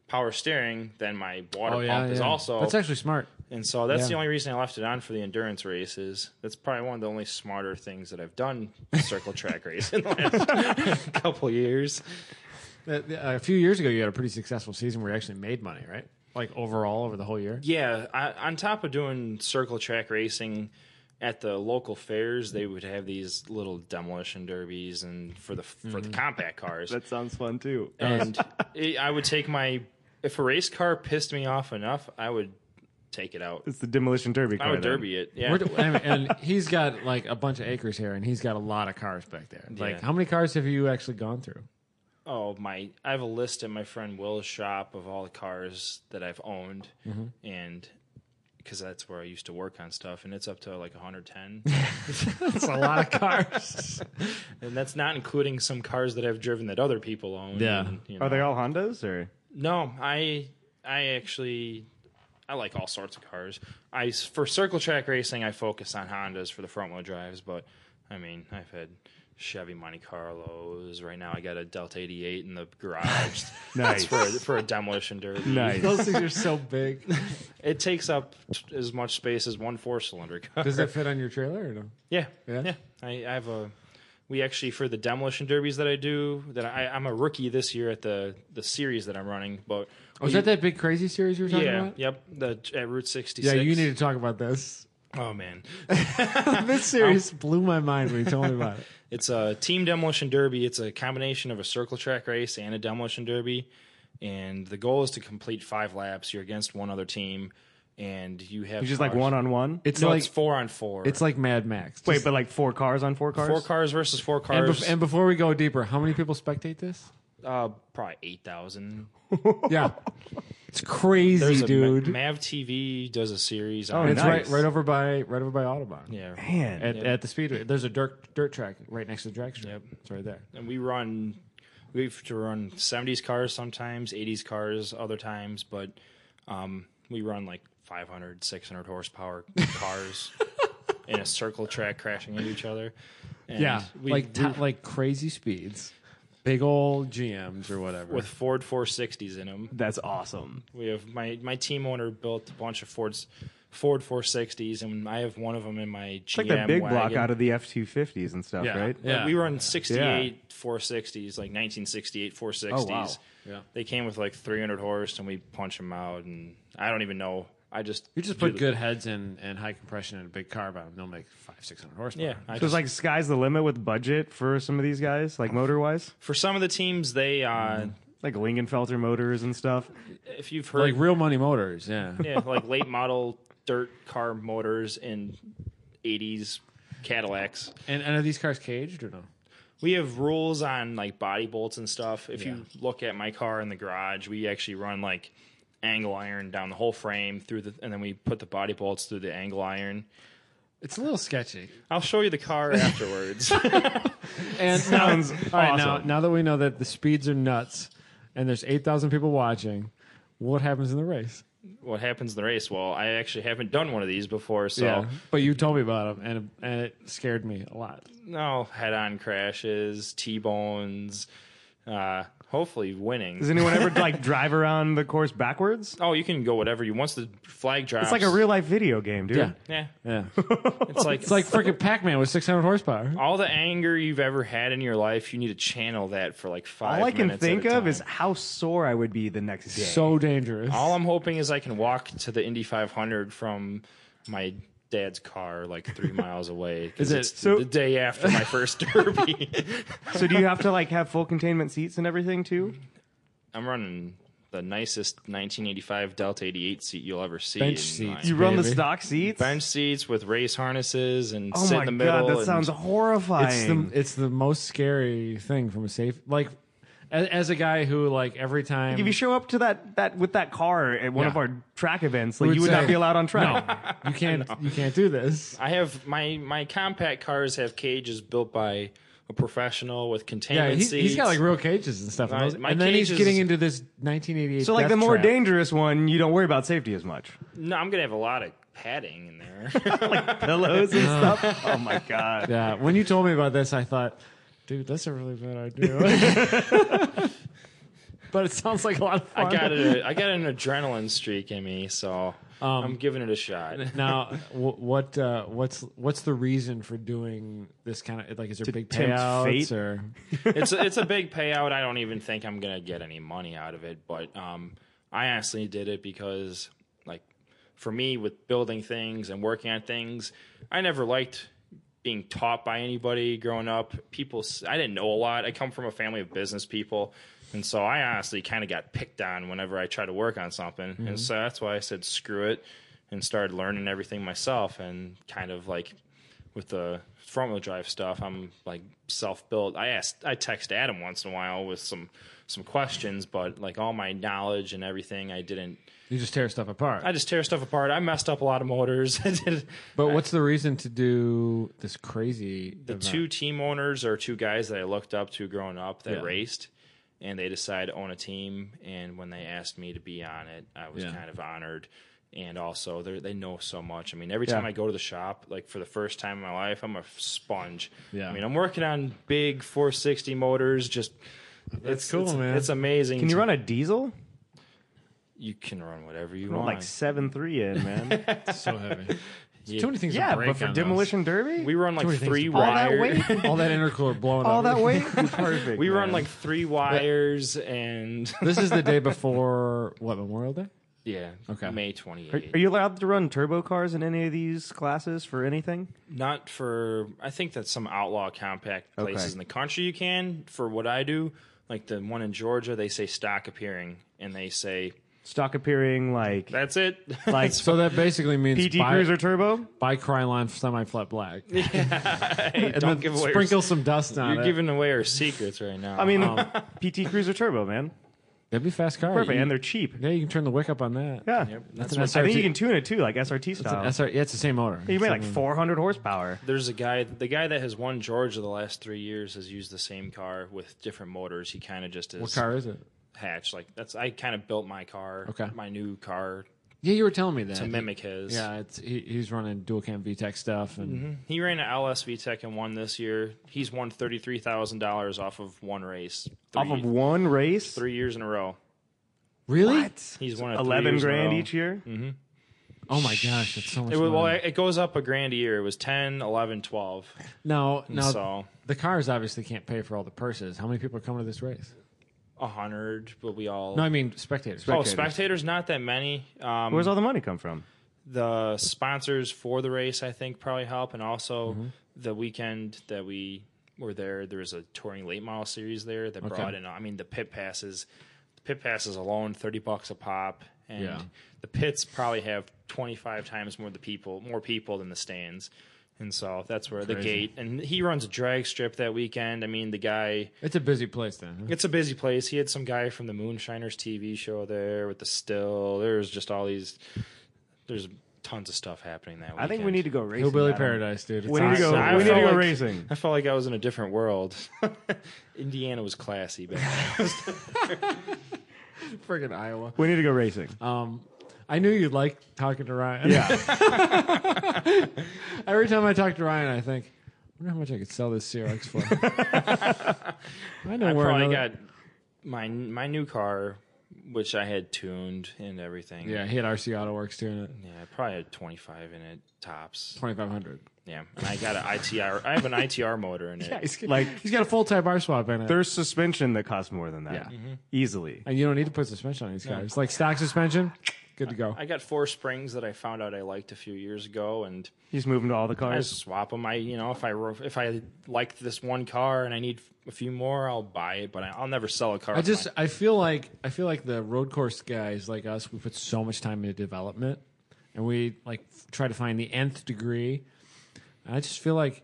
power steering, then my
Oh,
water pump is also.
That's actually smart.
and so that's
yeah.
the only reason I left it on for the endurance races. That's probably one of the only smarter things that I've done circle track race in the last couple years.
Uh, A few years ago, you had a pretty successful season where you actually made money, right? Like overall over the whole year.
Yeah, I, on top of doing circle track racing at the local fairs, they would have these little demolition derbies and for the for
Mm.
the compact cars.
That sounds fun too.
and it, I would take my if a race car pissed me off enough, I would take it out.
It's the demolition derby car.
I would
then.
derby it. Yeah,
Where do- and, and he's got like a bunch of acres here, and he's got a lot of cars back there. Like,
Yeah.
how many cars have you actually gone through?
oh my i have a list at my friend will's shop of all the cars that i've owned and because that's where i used to work on stuff and it's up to like 110
That's a lot of cars.
and that's not including some cars that i've driven that other people own
Yeah.
and, you
Are
know.
they all Hondas or?
no i i actually i like all sorts of cars i for circle track racing i focus on hondas for the front wheel drives but i mean i've had Chevy Monte Carlos. Right now, I got a Delta 88 in the garage.
Nice.
for a, for a demolition derby.
nice.
Those things are so big.
It takes up t- as much space as one four cylinder car.
Does it fit on your trailer or no?
yeah,
Yeah?
yeah. I, I have a. We actually for the demolition derbies that I do that I, I'm a rookie this year at the the series that I'm running, but
Was Oh, that that big crazy series you were talking
yeah,
about?
yep, the at Route 66.
Yeah, you need to talk about this.
Oh man,
This series blew my mind when you told me about it.
It's a team demolition derby. It's a combination of a circle track race and a demolition derby. And the goal is to complete five laps. You're against one other team, and you have
It's just like one on one.
It's
No,
like
it's four on four.
it's like Mad Max.
Wait, but like four cars on four cars.
four cars versus four
and,
cars.
bef- and before we go deeper, how many people spectate this?
uh, probably eight thousand.
Yeah, it's crazy, dude.
Mav TV does a series.
Oh,
On
it's
nice.
right right over by right over by Autobahn.
Yeah,
Man,
At, at the speedway, there's a dirt dirt track right next to the drag strip. It's right there.
and we run. We have to run '70s cars sometimes, '80s cars other times, but um, we run like 500, 600 horsepower cars in a circle track crashing into each other. And we,
like
we-
ta- like crazy speeds, big old GMs or whatever.
with Ford 460s in them.
that's awesome.
We have my my team owner built a bunch of Fords. Ford 460s, and I have one of them in my GM.
It's like that big block
wagon.
out of the F two fifties and stuff,
Yeah.
right?
Yeah.
Like, we were on 68 460s, like 1968 460s.
Oh, wow. Yeah.
They came with like 300 horse and we punch them out. And I don't even know. I just.
you just
do
put
the-
good heads and and high compression in a big car, but they'll make five six hundred horsepower.
Yeah.
So
I
it's
just,
like sky's the limit with budget for some of these guys, like motor wise,
for some of the teams, they. uh
like Lingenfelter motors and stuff.
If you've
like
heard.
real money motors. Yeah,
yeah, like late model dirt car motors and 80s Cadillacs.
and and are these cars caged or no?
We have rules on like body bolts and stuff. If you look at my car in the garage, we actually run like angle iron down the whole frame through the and then we put the body bolts through the angle iron
It's a little sketchy.
I'll show you the car afterwards.
And
Sounds
All right, now
awesome.
now that we know that the speeds are nuts, and there's eight thousand people watching, what happens in the race?
what happens in the race? Well, I actually haven't done one of these before, so
but you told me about them, and and it scared me a lot.
no head-on crashes, t-bones, uh, hopefully winning.
Does anyone ever like drive around the course backwards?
oh, you can go whatever you. Once the flag drops,
It's like a real life video game, dude.
Yeah.
yeah.
Yeah,
It's like
it's like freaking Pac Man with six hundred horsepower.
all the anger you've ever had in your life. You need to channel that for like five.
All I can
minutes at
think
a
of
time.
is how sore I would be the next day.
So dangerous.
all I'm hoping is I can walk to the Indy 500 from my dad's car, like three miles away. 'cause
Is it-
it's
so-
the day after my first derby?
so do you have to like have full containment seats and everything too?
I'm running the nicest 1985 Delta 88 seat you'll ever see.
Bench
in
seats.
You
my-
run the
Baby.
stock seats.
bench seats with race harnesses and
oh
sit
my
in the middle.
god, that
and-
sounds
it's the
horrifying.
it's the most scary thing from a safe like as, as a guy who like every time
if you show up to that that with that car at one
Yeah.
of our track events, like
would
you would
say,
not be allowed on track.
no you can't you can't do this
I have my my compact cars have cages built by a professional with
yeah
containment
he,
seats.
he's got like real cages and stuff and
My-
those-
my
and then he's
cage is-
getting into this 1988
So like the
death
more
trap.
dangerous one, you don't worry about safety as much.
no, I'm gonna have a lot of padding in there.
Pillows and stuff. Oh my god.
yeah when you told me about this I thought dude that's a really bad idea but it sounds like a lot of fun
I got it. I got an adrenaline streak in me, so
Um,
I'm giving it a shot.
now wh- what uh, what's what's the reason for doing this kind of like is there big
tempt
payouts
fate?
or
it's a, it's a big payout. I don't even think I'm gonna get any money out of it, but um, I honestly did it because like for me with building things and working on things, I never liked being taught by anybody growing up. People, s- I didn't know a lot. I come from a family of business people. And so I honestly kind of got picked on whenever I tried to work on something. And so that's why I said, screw it, and started learning everything myself and kind of like with the front wheel drive stuff, I'm like self built. I asked, I text Adam once in a while with some some questions, but like all my knowledge and everything, I didn't.
You just tear stuff apart.
I just tear stuff apart. I messed up a lot of motors. I did-
but what's the reason to do this crazy?
the two team owners are two guys that I looked up to growing up that raced, and they decided to own a team. And when they asked me to be on it, I was
Yeah.
kind of honored. And also, they they know so much. I mean, every time I go to the shop, like for the first time in my life, I'm a sponge.
Yeah.
I mean, I'm working on big 460 motors. Just it's
cool,
it's-
man.
It's amazing.
Can you
to-
run a diesel?
You can run whatever you
Roll
want.
like seven three in, man.
so heavy. Too many things.
yeah,
to break
but for
on
demolition derby,
we run like
many things
three
to-
all that
wires.
weight,
those. all that intercooler blowing
all
up.
that weight, perfect.
We run
man.
like three wires and
This is the day before what Memorial Day.
yeah.
Okay.
May 28th.
Are you allowed to run turbo cars in any of these classes for anything?
Not for. I think that some outlaw compact places
Okay.
in the country you can. For what I do, like the one in Georgia, they say stock appearing, and they say
Stock appearing like
that's it.
like
So that basically means
PT
buy,
Cruiser Turbo.
buy Krylon semi-flat black.
Hey,
And then
don't give away.
sprinkle
Our,
some dust on
you're
it.
giving away our secrets right now.
I mean, PT Cruiser Turbo, man,
That'd be a fast car.
perfect,
You-
and they're cheap.
yeah, you can turn the wick up on that.
Yeah,
that's
an
what-
SRT.
I think you can tune it too, like SRT style.
That's right. Yeah, it's the same motor.
you
It's
made
like-
like 400 horsepower.
there's a guy. The guy that has won Georgia the last three years has used the same car with different motors. He kind of just is
what car is it?
hatch. Like that's. I kind of built my car.
Okay.
My new car
Yeah, you were telling me that.
to mimic his.
Yeah, it's he, he's running dual cam VTEC stuff, and
He ran an LSV Tech and won this year. He's won thirty three thousand dollars off of one race, three,
Off of one race,
three years in a row.
really,
What?
He's won it three
11
years in a
grand
row.
each year.
oh my gosh, that's so much.
It, was- well,
money.
it goes up a grand a year. It was 10, 11, 12.
now, now
so-
the cars obviously can't pay for all the purses. How many people are coming to this race?
a hundred, but we all
No, I mean spectators.
oh
spectators.
spectators, not that many. Um,
Where's all the money come from?
the sponsors for the race, I think, probably help, and also
Mm-hmm.
the weekend that we were there, there was a touring late mile series there that brought in. I mean, the pit passes, the pit passes alone, thirty bucks a pop, and
Yeah.
the pits probably have twenty five times more the people, more people than the stands. And so that's where the
Crazy.
gate, and he runs a drag strip that weekend. I mean, the guy,
It's a busy place then. huh?
it's a busy place. He had some guy from the Moonshiners TV show there with the still. There's just all these. There's tons of stuff happening that weekend.
I think we need to go racing.
Hillbilly
Adam.
Paradise, dude. It's
We need to go.
awesome.
I
we need to
felt
go
like-
racing.
I felt like I was in a different world. Indiana was classy back then.
Friggin' Iowa.
We need to go racing.
Um, I knew you'd like talking to Ryan.
yeah,
Every time I talk to Ryan, I think, I wonder how much I could sell this CRX for. I know
I
where
probably
another-
got my my new car, which I had tuned and everything.
Yeah, he had RC Auto Works doing it.
Yeah, I probably had 25 in it tops.
Twenty five hundred.
Yeah, and I got an ITR. I have an ITR motor in it.
like
He's got a full type R swap in it.
there's suspension that costs more than that.
Yeah.
Easily.
and you don't need to put suspension on these cars. Like stock suspension, good to go.
I got four springs that I found out I liked a few years ago, and
He's moving to all the
I
cars.
swap them. I you know if I ro- if I like this one car and I need a few more, I'll buy it. But I, I'll never sell a car.
I
with
just
my-
I feel like I feel like the road course guys like us, we put so much time into development, and we like f- try to find the nth degree. And I just feel like,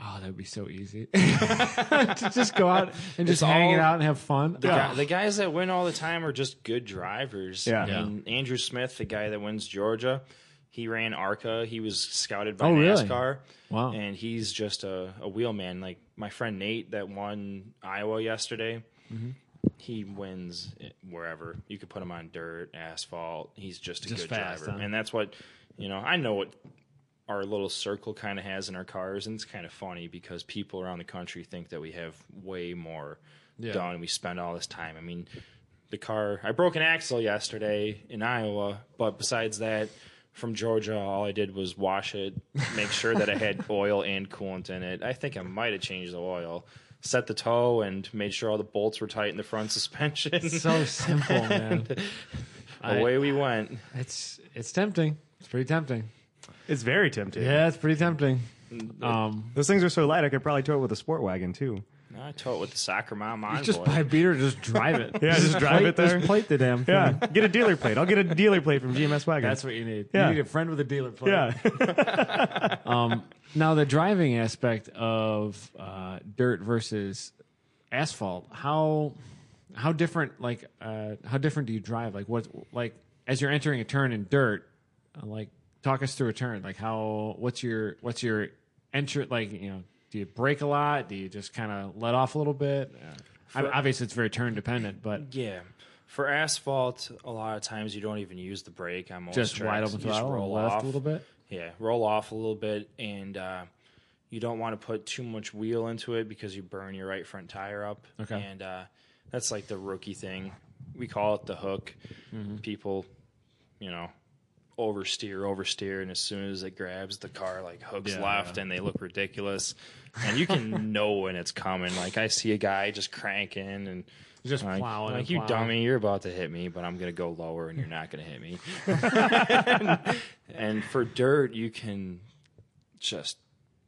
oh, that'd be so easy to just go out and just
It's
hang it
all-
out and have fun.
the,
Ah.
guy- the guys that win all the time are just good drivers.
Yeah.
I mean, Andrew Smith, the guy that wins Georgia, he ran ARCA. He was scouted by
Oh, really?
NASCAR.
Wow.
And he's just a, a wheel man. Like my friend Nate that won Iowa yesterday.
Mm-hmm.
He wins it wherever you could put him on dirt, asphalt. He's just a
Just
good
fast,
driver,
huh?
and that's what you know. I know what our little circle kind of has in our cars, and it's kind of funny because people around the country think that we have way more done. We spend all this time. I mean, the car. I broke an axle yesterday in Iowa, but besides that, from Georgia, all I did was wash it, make sure that I had oil and coolant in it. I think I might have changed the oil, set the toe, and made sure all the bolts were tight in the front suspension.
so simple, man. I-
Away we went.
It's it's tempting. It's pretty tempting.
It's very tempting.
Yeah, it's pretty tempting. Um,
Those things are so light. I could probably tow it with a sport wagon too.
No, I tow it with the soccer mom envoy.
Just buy a beater, just drive it.
Yeah, just drive
plate,
it there.
Just plate the damn thing.
Yeah, get a dealer plate. I'll get a dealer plate from GMS Wagon.
That's what you need.
Yeah.
You need a friend with a dealer plate.
yeah.
Now the driving aspect of uh, dirt versus asphalt, how how different like uh, how different do you drive? Like what like as you're entering a turn in dirt, uh, like talk us through a turn. Like how what's your what's your entry like you know do you brake a lot? Do you just kind of let off a little bit? Uh, I- obviously, it's very turn dependent, but
Yeah. For asphalt, a lot of times you don't even use the brake on most
just wide
tracks.
open
You just
throttle, and
roll
left
off
a little bit.
Yeah, roll off a little bit, and uh, you don't want to put too much wheel into it because you burn your right front tire up.
Okay.
and uh, that's like the rookie thing. We call it the hook.
Mm-hmm.
People, you know, oversteer, oversteer, and as soon as it grabs the car, like hooks
Yeah,
left, and they look ridiculous. And you can know when it's coming. Like I see a guy just cranking and.
Just
Like,
plowing,
like
and
you
plowing.
dummy, you're about to hit me, but I'm gonna go lower, and you're not gonna hit me. And for dirt, you can just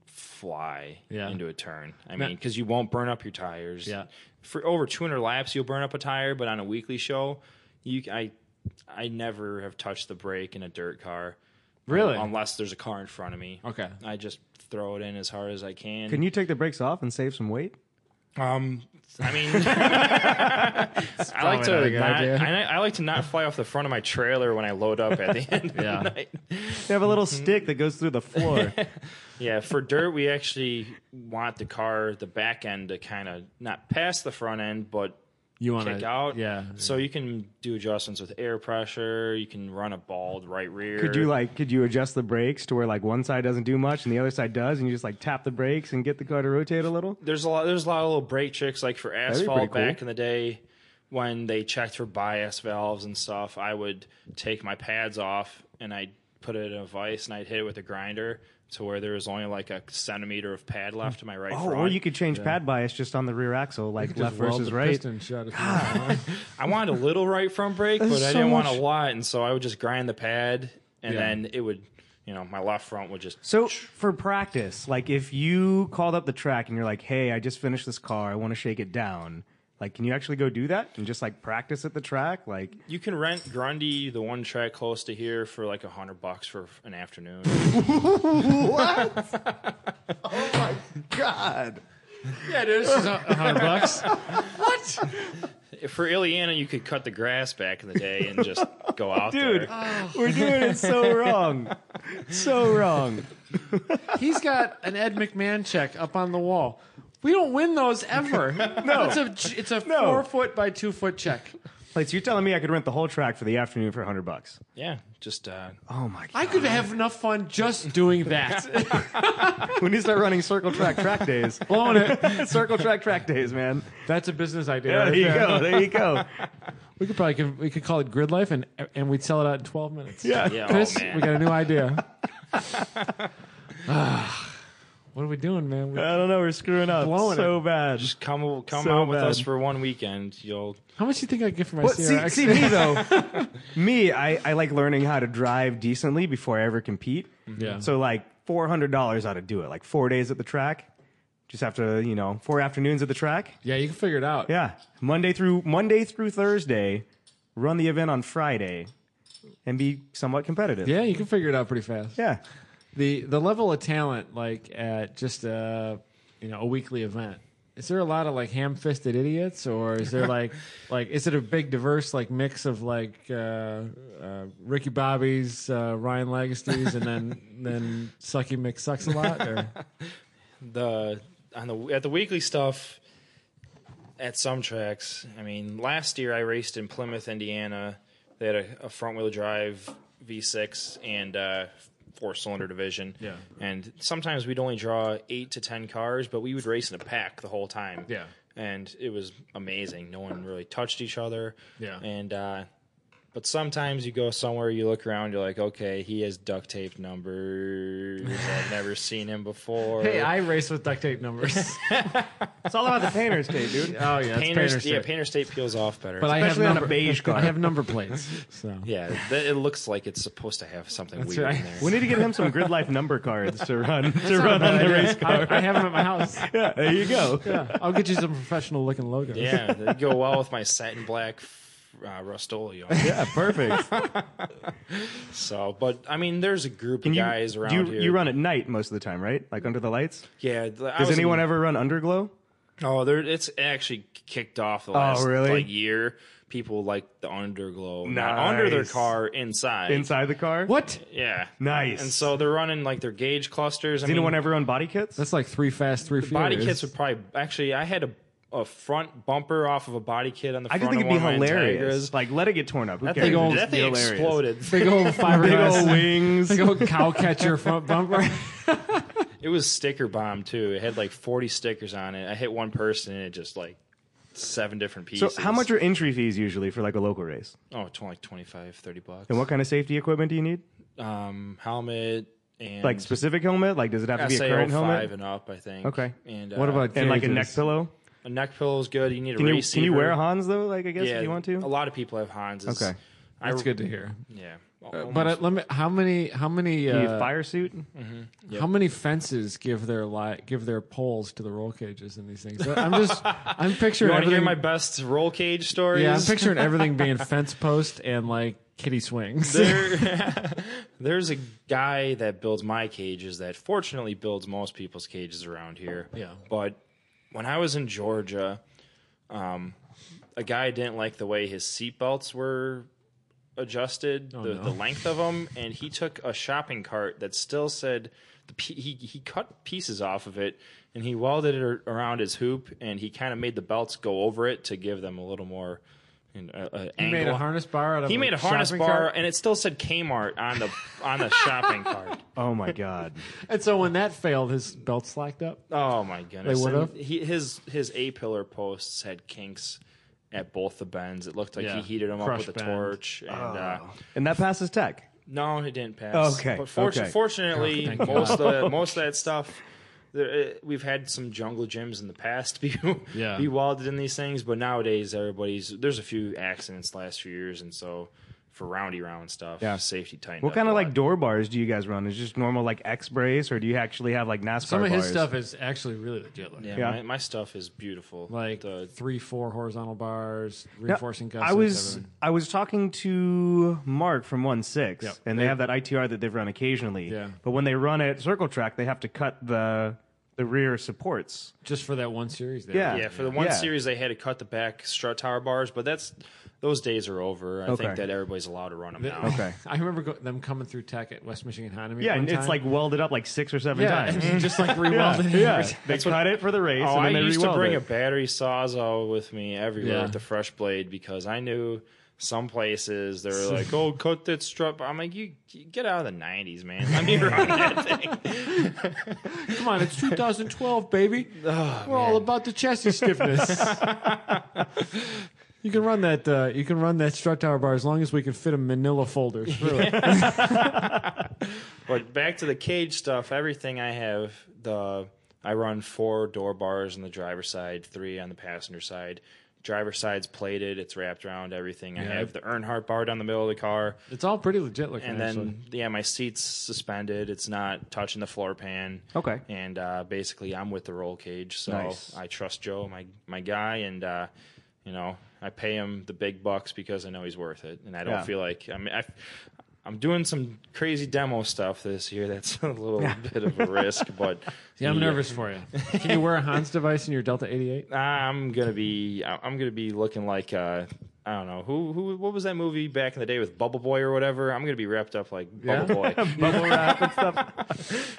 fly
Yeah.
into a turn. I
Ma-
mean, because you won't burn up your tires.
Yeah.
For over 200 laps, you'll burn up a tire, but on a weekly show, you I I never have touched the brake in a dirt car.
Really?
unless there's a car in front of me.
Okay.
I just throw it in as hard as I can.
Can you take the brakes off and save some weight?
um, I mean, I like
probably not a
to
good
not,
idea.
I, I like to not fly off the front of my trailer when I load up at the end.
Yeah.
Of the night.
You have a little stick that goes through the floor.
Yeah, for dirt, we actually want the car, the back end, to kind of not pass the front end, but
You want
kick out.
Yeah.
So you can do adjustments with air pressure. You can run a balled right rear.
could you like could you adjust the brakes to where like one side doesn't do much and the other side does and you just like tap the brakes and get the car to rotate a little?
There's a lot. There's a lot of little brake tricks, like for
be
asphalt
pretty
back
cool.
in the day, when they checked for bias valves and stuff. I would take my pads off and I'd put it in a vise and I'd hit it with a grinder to where there was only like a centimeter of pad left to my right
Oh,
front.
or you could change pad bias just on the rear axle, like left versus right.
I wanted a little right front brake, but I
so
didn't want a
much-
lot, and so I would just grind the pad, and
Yeah.
then it would, you know, my left front would just.
So for practice, like if you called up the track and you're like, "Hey, I just finished this car. I want to shake it down." Like, can you actually go do that and just like practice at the track? Like,
You can rent Grundy, the one track close to here, for like a hundred bucks for an afternoon.
God,
Yeah, dude, this is a hundred bucks.
for Ileana, you could cut the grass back in the day and just go out
dude,
there.
we're doing it so wrong, so wrong.
He's got an Ed McMahon check up on the wall. We don't win those ever. no, it's a it's a
No.
four foot by two foot check.
Like, so you're telling me I could rent the whole track for the afternoon for hundred bucks?
Yeah, just uh,
Oh my god!
I could have enough fun just doing that.
we need to start running circle track track days,
Blowing it.
circle track track days, man.
That's a business idea.
Yeah,
right
there you
there.
go. There you go.
We could probably give, we could call it Grid Life and and we'd sell it out in twelve minutes.
Yeah.
yeah.
Chris,
oh man,
we got a new idea. Ah, what are we doing, man? We-
I don't know. We're screwing up
Blowing
so bad.
just come come
So
out with
bad.
us for one weekend. You'll
how much do you think I get for my
Well, see,
CRX?
see me though. me, I, I like learning how to drive decently before I ever compete.
Yeah.
So like four hundred dollars ought to do it. Like four days at the track. Just have to, you know, four afternoons at the track.
yeah, you can figure it out.
Yeah. Monday through Monday through Thursday, run the event on Friday and be somewhat competitive.
yeah, you can figure it out pretty fast.
Yeah.
the the level of talent like at just a you know a weekly event is there a lot of like ham-fisted idiots or is there like like is it a big diverse like mix of like uh, uh, ricky bobby's uh, ryan legacy's and then then sucky mick sucks a lot or
the on the at the weekly stuff at some tracks. I mean, last year I raced in Plymouth, Indiana. They had a, a front wheel drive V6 and uh, four cylinder division.
Yeah.
And sometimes we'd only draw eight to ten cars, but we would race in a pack the whole time.
Yeah.
And it was amazing. No one really touched each other.
Yeah.
And uh, But sometimes you go somewhere, you look around, you're like, okay, he has duct tape numbers. I've never seen him before.
Hey, I race with duct tape numbers.
It's all about the painter's tape, dude.
oh yeah, it's
painter's,
painter's
yeah,
tape.
painter's tape peels off better.
But I have
Especially on a
number,
beige car.
I have number plates. So
yeah, th- it looks like it's supposed to have something weird
right.
in there.
We need to get him some grid life number cards to run to run on the race car.
I, I have them at my house.
Yeah, there you go.
Yeah, I'll get you some professional looking logos.
Yeah, that'd go well with my satin black uh, Rust-Oleum.
Yeah, perfect.
So, but I mean, there's a group of
You-
guys around
do you,
here.
You run at night most of the time, right? Like under the lights.
Yeah. th- I
Does
was in-
anyone ever run underglow?
Oh, there, it's actually kicked off the last
Oh, really?
like year. People like the underglow, not under their
Nice.
car, inside.
Inside the car?
What?
Yeah.
Nice.
And so they're running like their gauge clusters. I
Does anyone
mean,
ever run body kits?
That's like three fast, three furious.
body kits would probably actually. I had a, a front bumper off of a body kit on the.
I just
front
think it'd
of
be
one of my
hilarious.
Integras.
Like, let it get torn up. Who
That
cares?
thing,
old-
that thing
It'd be hilarious.
exploded.
Big old
Big old
fiberglass.
wings.
Big old cow catcher front bumper.
It was sticker bomb too. It had like forty stickers on it. I hit one person and it just like seven different
So,
pieces.
how much are entry fees usually for like a local race?
Oh, it's only like 25, 30 bucks.
And what kind of safety equipment do you need?
Um, helmet and
Like specific helmet? Like, does it have to
I
be a
say
current
05
helmet?
and up, I think.
Okay.
And
What
uh,
about
And like a neck
cages?
pillow?
a neck pillow is good. You need a
Can you,
receiver.
can you wear a Hans though? Like, I guess
Yeah,
if you want
A
to.
lot of people have Hans.
Okay.
I,
That's good to hear.
Yeah.
But uh, let me. How many? How many?
You need
Uh,
a fire suit.
How many fences give their li- give their poles to the roll cages in these things? I'm just. I'm
you
picturing
want to hear
everything.
my best roll cage stories?
yeah, I'm picturing everything being fence post and like kitty swings.
There- there's a guy that builds my cages that fortunately builds most people's cages around here.
Yeah.
But when I was in Georgia, um, a guy didn't like the way his seatbelts were adjusted, the,
Oh, no.
the length of them, and he took a shopping cart that still said the p- he he cut pieces off of it and he welded it ar- around his hoop and he kind of made the belts go over it to give them a little more. You know, a, a
He
angle.
made a harness bar out of
He
a
made a harness
shopping
bar,
cart.
and it still said Kmart on the on the shopping cart.
Oh my god.
And so when that failed, his belt slacked up.
Oh my goodness!
They would've?
And He, his his A pillar posts had kinks at both the bends. It looked like
Yeah.
he heated them
Crush
up with a
bend.
torch. And uh,
And that passes tech.
no, it didn't pass.
Okay,
but fortu-
okay.
fortunately,
God.
most of the, most of that stuff. There, uh, we've had some jungle gyms in the past be
Yeah.
be welded in these things, but nowadays everybody's there's a few accidents the last few years, and so for roundy round stuff,
Yeah.
safety tightened.
What
up
kind
a
of
lot.
like door bars do you guys run? Is it just normal like X brace, or do you actually have like NASCAR
Some of his
bars?
stuff is actually really legit. Like,
Yeah,
Yeah.
My, my stuff is beautiful.
like
the
three, four horizontal bars,
Yeah,
reinforcing gussets.
I was
everything.
I was talking to Mark from One Six,
Yep.
and they have that ITR that they've run occasionally.
Yeah.
But when they run at Circle Track, they have to cut the the rear supports.
just for that one series. There.
Yeah.
yeah for the one
Yeah.
series they had to cut the back strut tower bars, but that's those days are over. I
Okay.
think that everybody's allowed to run them now.
Okay.
I remember go- them coming through tech at West Michigan High.
Yeah, and it's like welded up like six or seven
yeah,
times.
and just like rewelded. it.
yeah. They cut it for the race.
Oh,
and
I
then they
used to
re-weld
bring
it.
a battery sawzall with me everywhere
Yeah.
with the fresh blade because I knew some places they were like, "Oh, cut that strut." I'm like, "You, you get out of the '90s, man. Let me run that thing."
Come on, it's 2012, baby.
Oh,
We're all about the chassis stiffness. you can run that. Uh, you can run that strut tower bar as long as we can fit a Manila folder through it.
But back to the cage stuff, everything I have, the I run four door bars on the driver's side, three on the passenger side. Driver's side's plated, it's wrapped around everything. I
Yeah.
have the Earnhardt bar down the middle of the car.
It's all pretty legit looking.
And
actually.
then yeah, my seat's suspended. It's not touching the floor pan.
Okay.
And uh, basically I'm with the roll cage. So
Nice.
I trust Joe, my my guy, and uh, you know, I pay him the big bucks because I know he's worth it. And I don't
Yeah.
feel like I mean I I'm doing some crazy demo stuff this year. That's a little bit of a risk, but
yeah, I'm nervous for you. Can you wear a Hans device in your Delta 88?
I'm gonna be I'm gonna be looking like uh, I don't know who who what was that movie back in the day with Bubble Boy or whatever. I'm gonna be wrapped up like Bubble Boy.
bubble wrap and stuff.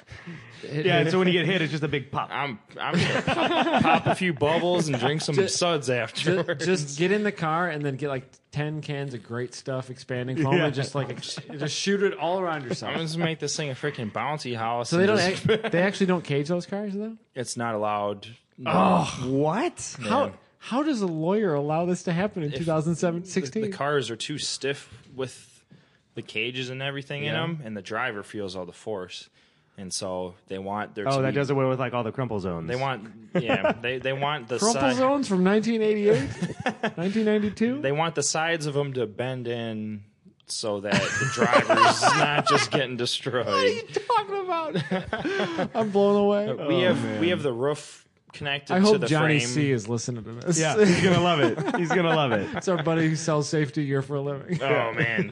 yeah, and so when you get hit, it's just a big pop.
I'm I'm gonna pop, pop a few bubbles and drink some suds
Ju-
afterwards.
just get in the car and then get like 10 cans of great stuff expanding foam
Yeah.
and just like ex- just shoot it all around yourself
I'm just make this thing a freaking bouncy house.
so they don't
Just,
act- they actually don't cage those cars though
it's not allowed.
Oh, what? How
How does a lawyer allow this to happen in 2016?
The cars are too stiff with the cages and everything in
Yeah.
'em in them, and the driver feels all the force, and so they want their.
Oh,
to
that
be-
does away with like all the crumple zones.
They want yeah. they they want the
Crumple
side,
zones from 1988, 1992.
They want the sides of them to bend in so that the driver's not just getting
what are you
destroyed.
talking about? I'm blown away. Uh,
We have we have the roof connected
Oh, I
to
hope
the
Johnny
frame.
C is listening to this.
yeah, he's gonna love it. He's gonna love it.
it's our buddy who sells safety gear for a living.
Oh man.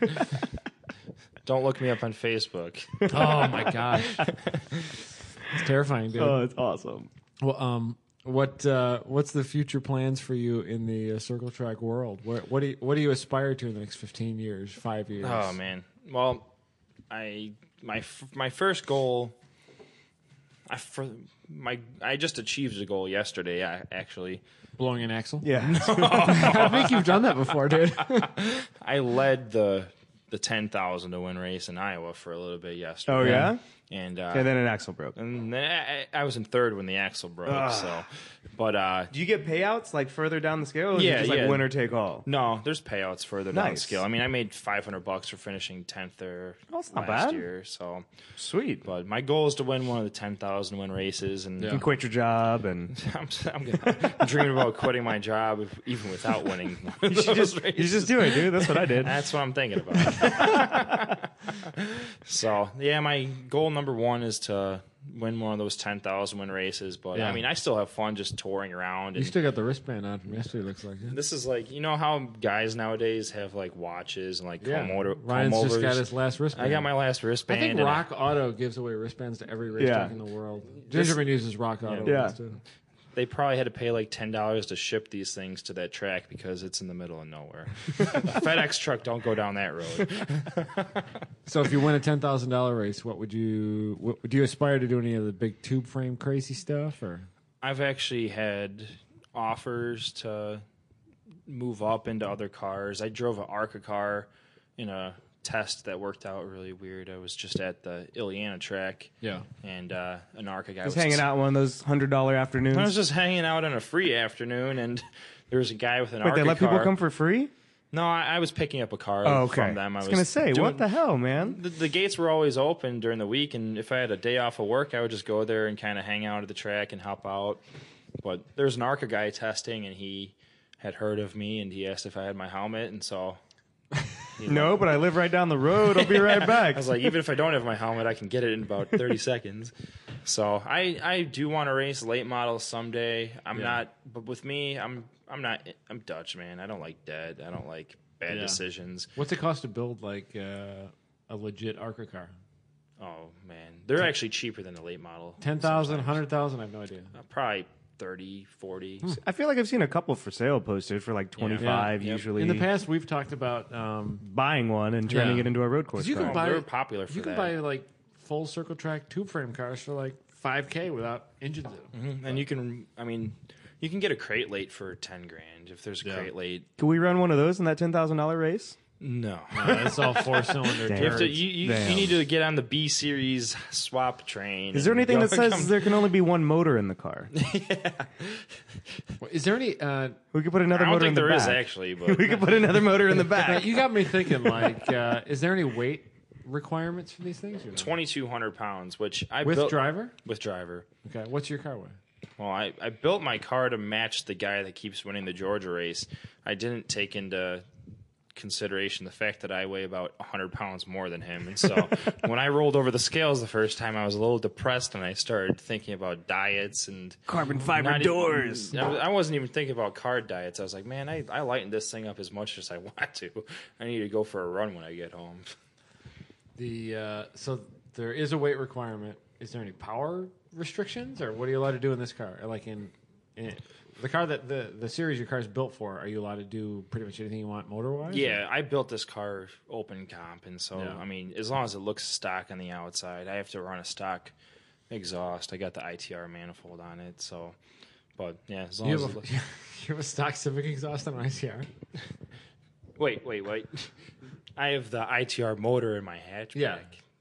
Don't look me up on Facebook.
oh my gosh, it's terrifying, dude.
Oh, it's awesome.
well, um, what uh, what's the future plans for you in the uh, circle track world? What what do you, what do you aspire to in the next 15 years, five years?
Oh man. Well, I my f- my first goal I for, my I just achieved a goal yesterday I, actually.
blowing an axle.
Yeah.
I think you've done that before, dude.
I led the the 10,000 to win race in Iowa for a little bit yesterday.
Oh yeah.
And uh,
And then an axle broke. Do
And then I, I I was in third when the axle broke. So, but uh,
you get payouts like further down the scale? Or
Yeah,
yeah. Just like
yeah.
winner take all.
no, there's payouts further down the
Nice.
scale. I mean, I made 500 bucks for finishing 10th there
That's not
last
bad.
year. So,
Sweet.
but my goal is to win one of the 10,000 win races, and
You can quit your job and
I'm, I'm, gonna- I'm dreaming about quitting my job if, even without winning. One of those races.
you just do it, dude. That's what I did.
That's what I'm thinking about. so yeah, my goal number one is to win one of those 10,000 win races. But
Yeah.
I mean, I still have fun just touring around.
You
And
still got the wristband on from yesterday. Looks like
This is like you know how guys nowadays have like watches and like comb over,
Ryan's
comb
just got
overs?
his last wristband.
I got my last
I
wristband.
think
and
Rock Auto gives away wristbands to every race
Yeah.
track in the world. Gingerman uses Rock Auto.
Yeah.
ones, too.
they probably had to pay like ten dollars to ship these things to that track because it's in the middle of nowhere. A FedEx truck don't go down that road.
So if you win a ten thousand dollar race, what would you? What, do you aspire to do any of the big tube frame crazy stuff? Or
I've actually had offers to move up into other cars. I drove an ARCA car in a test that worked out really weird. I was just at the Ileana track.
Yeah.
And uh, an ARCA guy
Just
was
hanging out one of those hundred dollar afternoons.
I was just hanging out on a free afternoon, and there was a guy with an
Wait,
ARCA
they let
car.
people come for free?
no, I, I was picking up a car
Oh, okay.
from them. I,
was, gonna say,
doing-
what the hell, man?
The, the gates were always open during the week, and if I had a day off of work, I would just go there and kind of hang out at the track and help out. But there's an ARCA guy testing, and he had heard of me, and he asked if I had my helmet, and so
No, but I live right down the road. I'll be right back.
I was like, even if I don't have my helmet, I can get it in about 30 seconds. So I, I do want to race late models someday. I'm not, but with me, I'm I'm not I'm Dutch man. I don't like dead. I don't like bad
Yeah.
decisions.
what's it cost to build like uh, a legit Arca car?
Oh man, they're actually cheaper than the late model. Uh,
Ten thousand, hundred thousand? I have no idea.
probably 30, 40.
Hmm.
I feel like I've seen a couple for sale posted for like twenty five
Yeah.
usually.
In the past, we've talked about um,
buying one and turning
Yeah.
it into a road course.
you can
car.
buy
they were popular for
you can
that.
buy like full circle track tube frame cars for like five k without engines in them.
Mm-hmm.
And you can, I mean, you can get a crate late for 10 grand if there's a crate late.
Can we run one of those in that ten thousand dollar race?
No.
That's all four cylinder.
Damn.
You, have to, you, you, you
Damn.
need to get on the B series swap train.
Is there
and
anything
go-
that says
come-
there can only be one motor in the car?
Is there any? Uh,
We could put another
I don't
motor in
think
the
there
back.
is actually, but
We could put another motor in the
Ah.
back.
you got me thinking. Like, uh, is there any weight requirements for these things? Or no?
2,200 pounds, which I
With
built
driver?
with driver.
Okay. What's your car weigh?
Well, I, I built my car to match the guy that keeps winning the Georgia race. I didn't take into consideration the fact that I weigh about 100 pounds more than him. And so when I rolled over the scales the first time, I was a little depressed and I started thinking about diets and
Carbon fiber
not e-
doors.
I was- I wasn't even thinking about carb diets. I was like, man, I, I lightened this thing up as much as I want to. I need to go for a run when I get home.
The uh, so there is a weight requirement. Is there any power restrictions, or what are you allowed to do in this car? Or, Like in, in the car that the the series your car's built for, are you allowed to do pretty much anything you want motor wise?
Yeah, I built this car open comp, and so
Mm-hmm. Yeah.
I mean, as long as it looks stock on the outside, I have to run a stock exhaust. I got the ITR manifold on it, so. But yeah, as long
You
as
have,
it
a,
looks,
you have a stock Civic exhaust on an ICR.
wait, wait, wait, I have the ITR motor in my hatchback.
Yeah.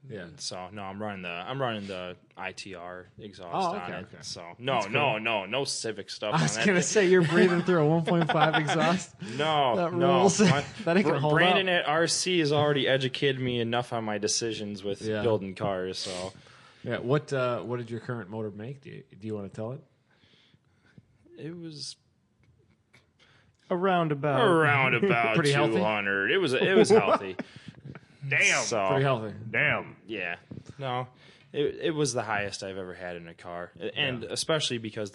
Yeah.
So no, I'm running the I'm running the ITR exhaust
Oh, okay,
on it.
okay.
So no, no, no, no civic stuff.
I was
on that
gonna
thing.
say you're breathing through a 1.5 exhaust.
No,
That
no.
rules.
My-
That ain't gonna
Br-
hold
Brandon at RC has already educated me enough on my decisions with
Yeah.
building cars. So
Yeah. What uh, What did your current motor make? Do you, do you want to tell it?
it was
Around about.
around about
Pretty healthy?
200. It was it was healthy. Damn.
Uh,
So
Pretty healthy.
Damn.
yeah, no, it it was the highest I've ever had in a car, and especially because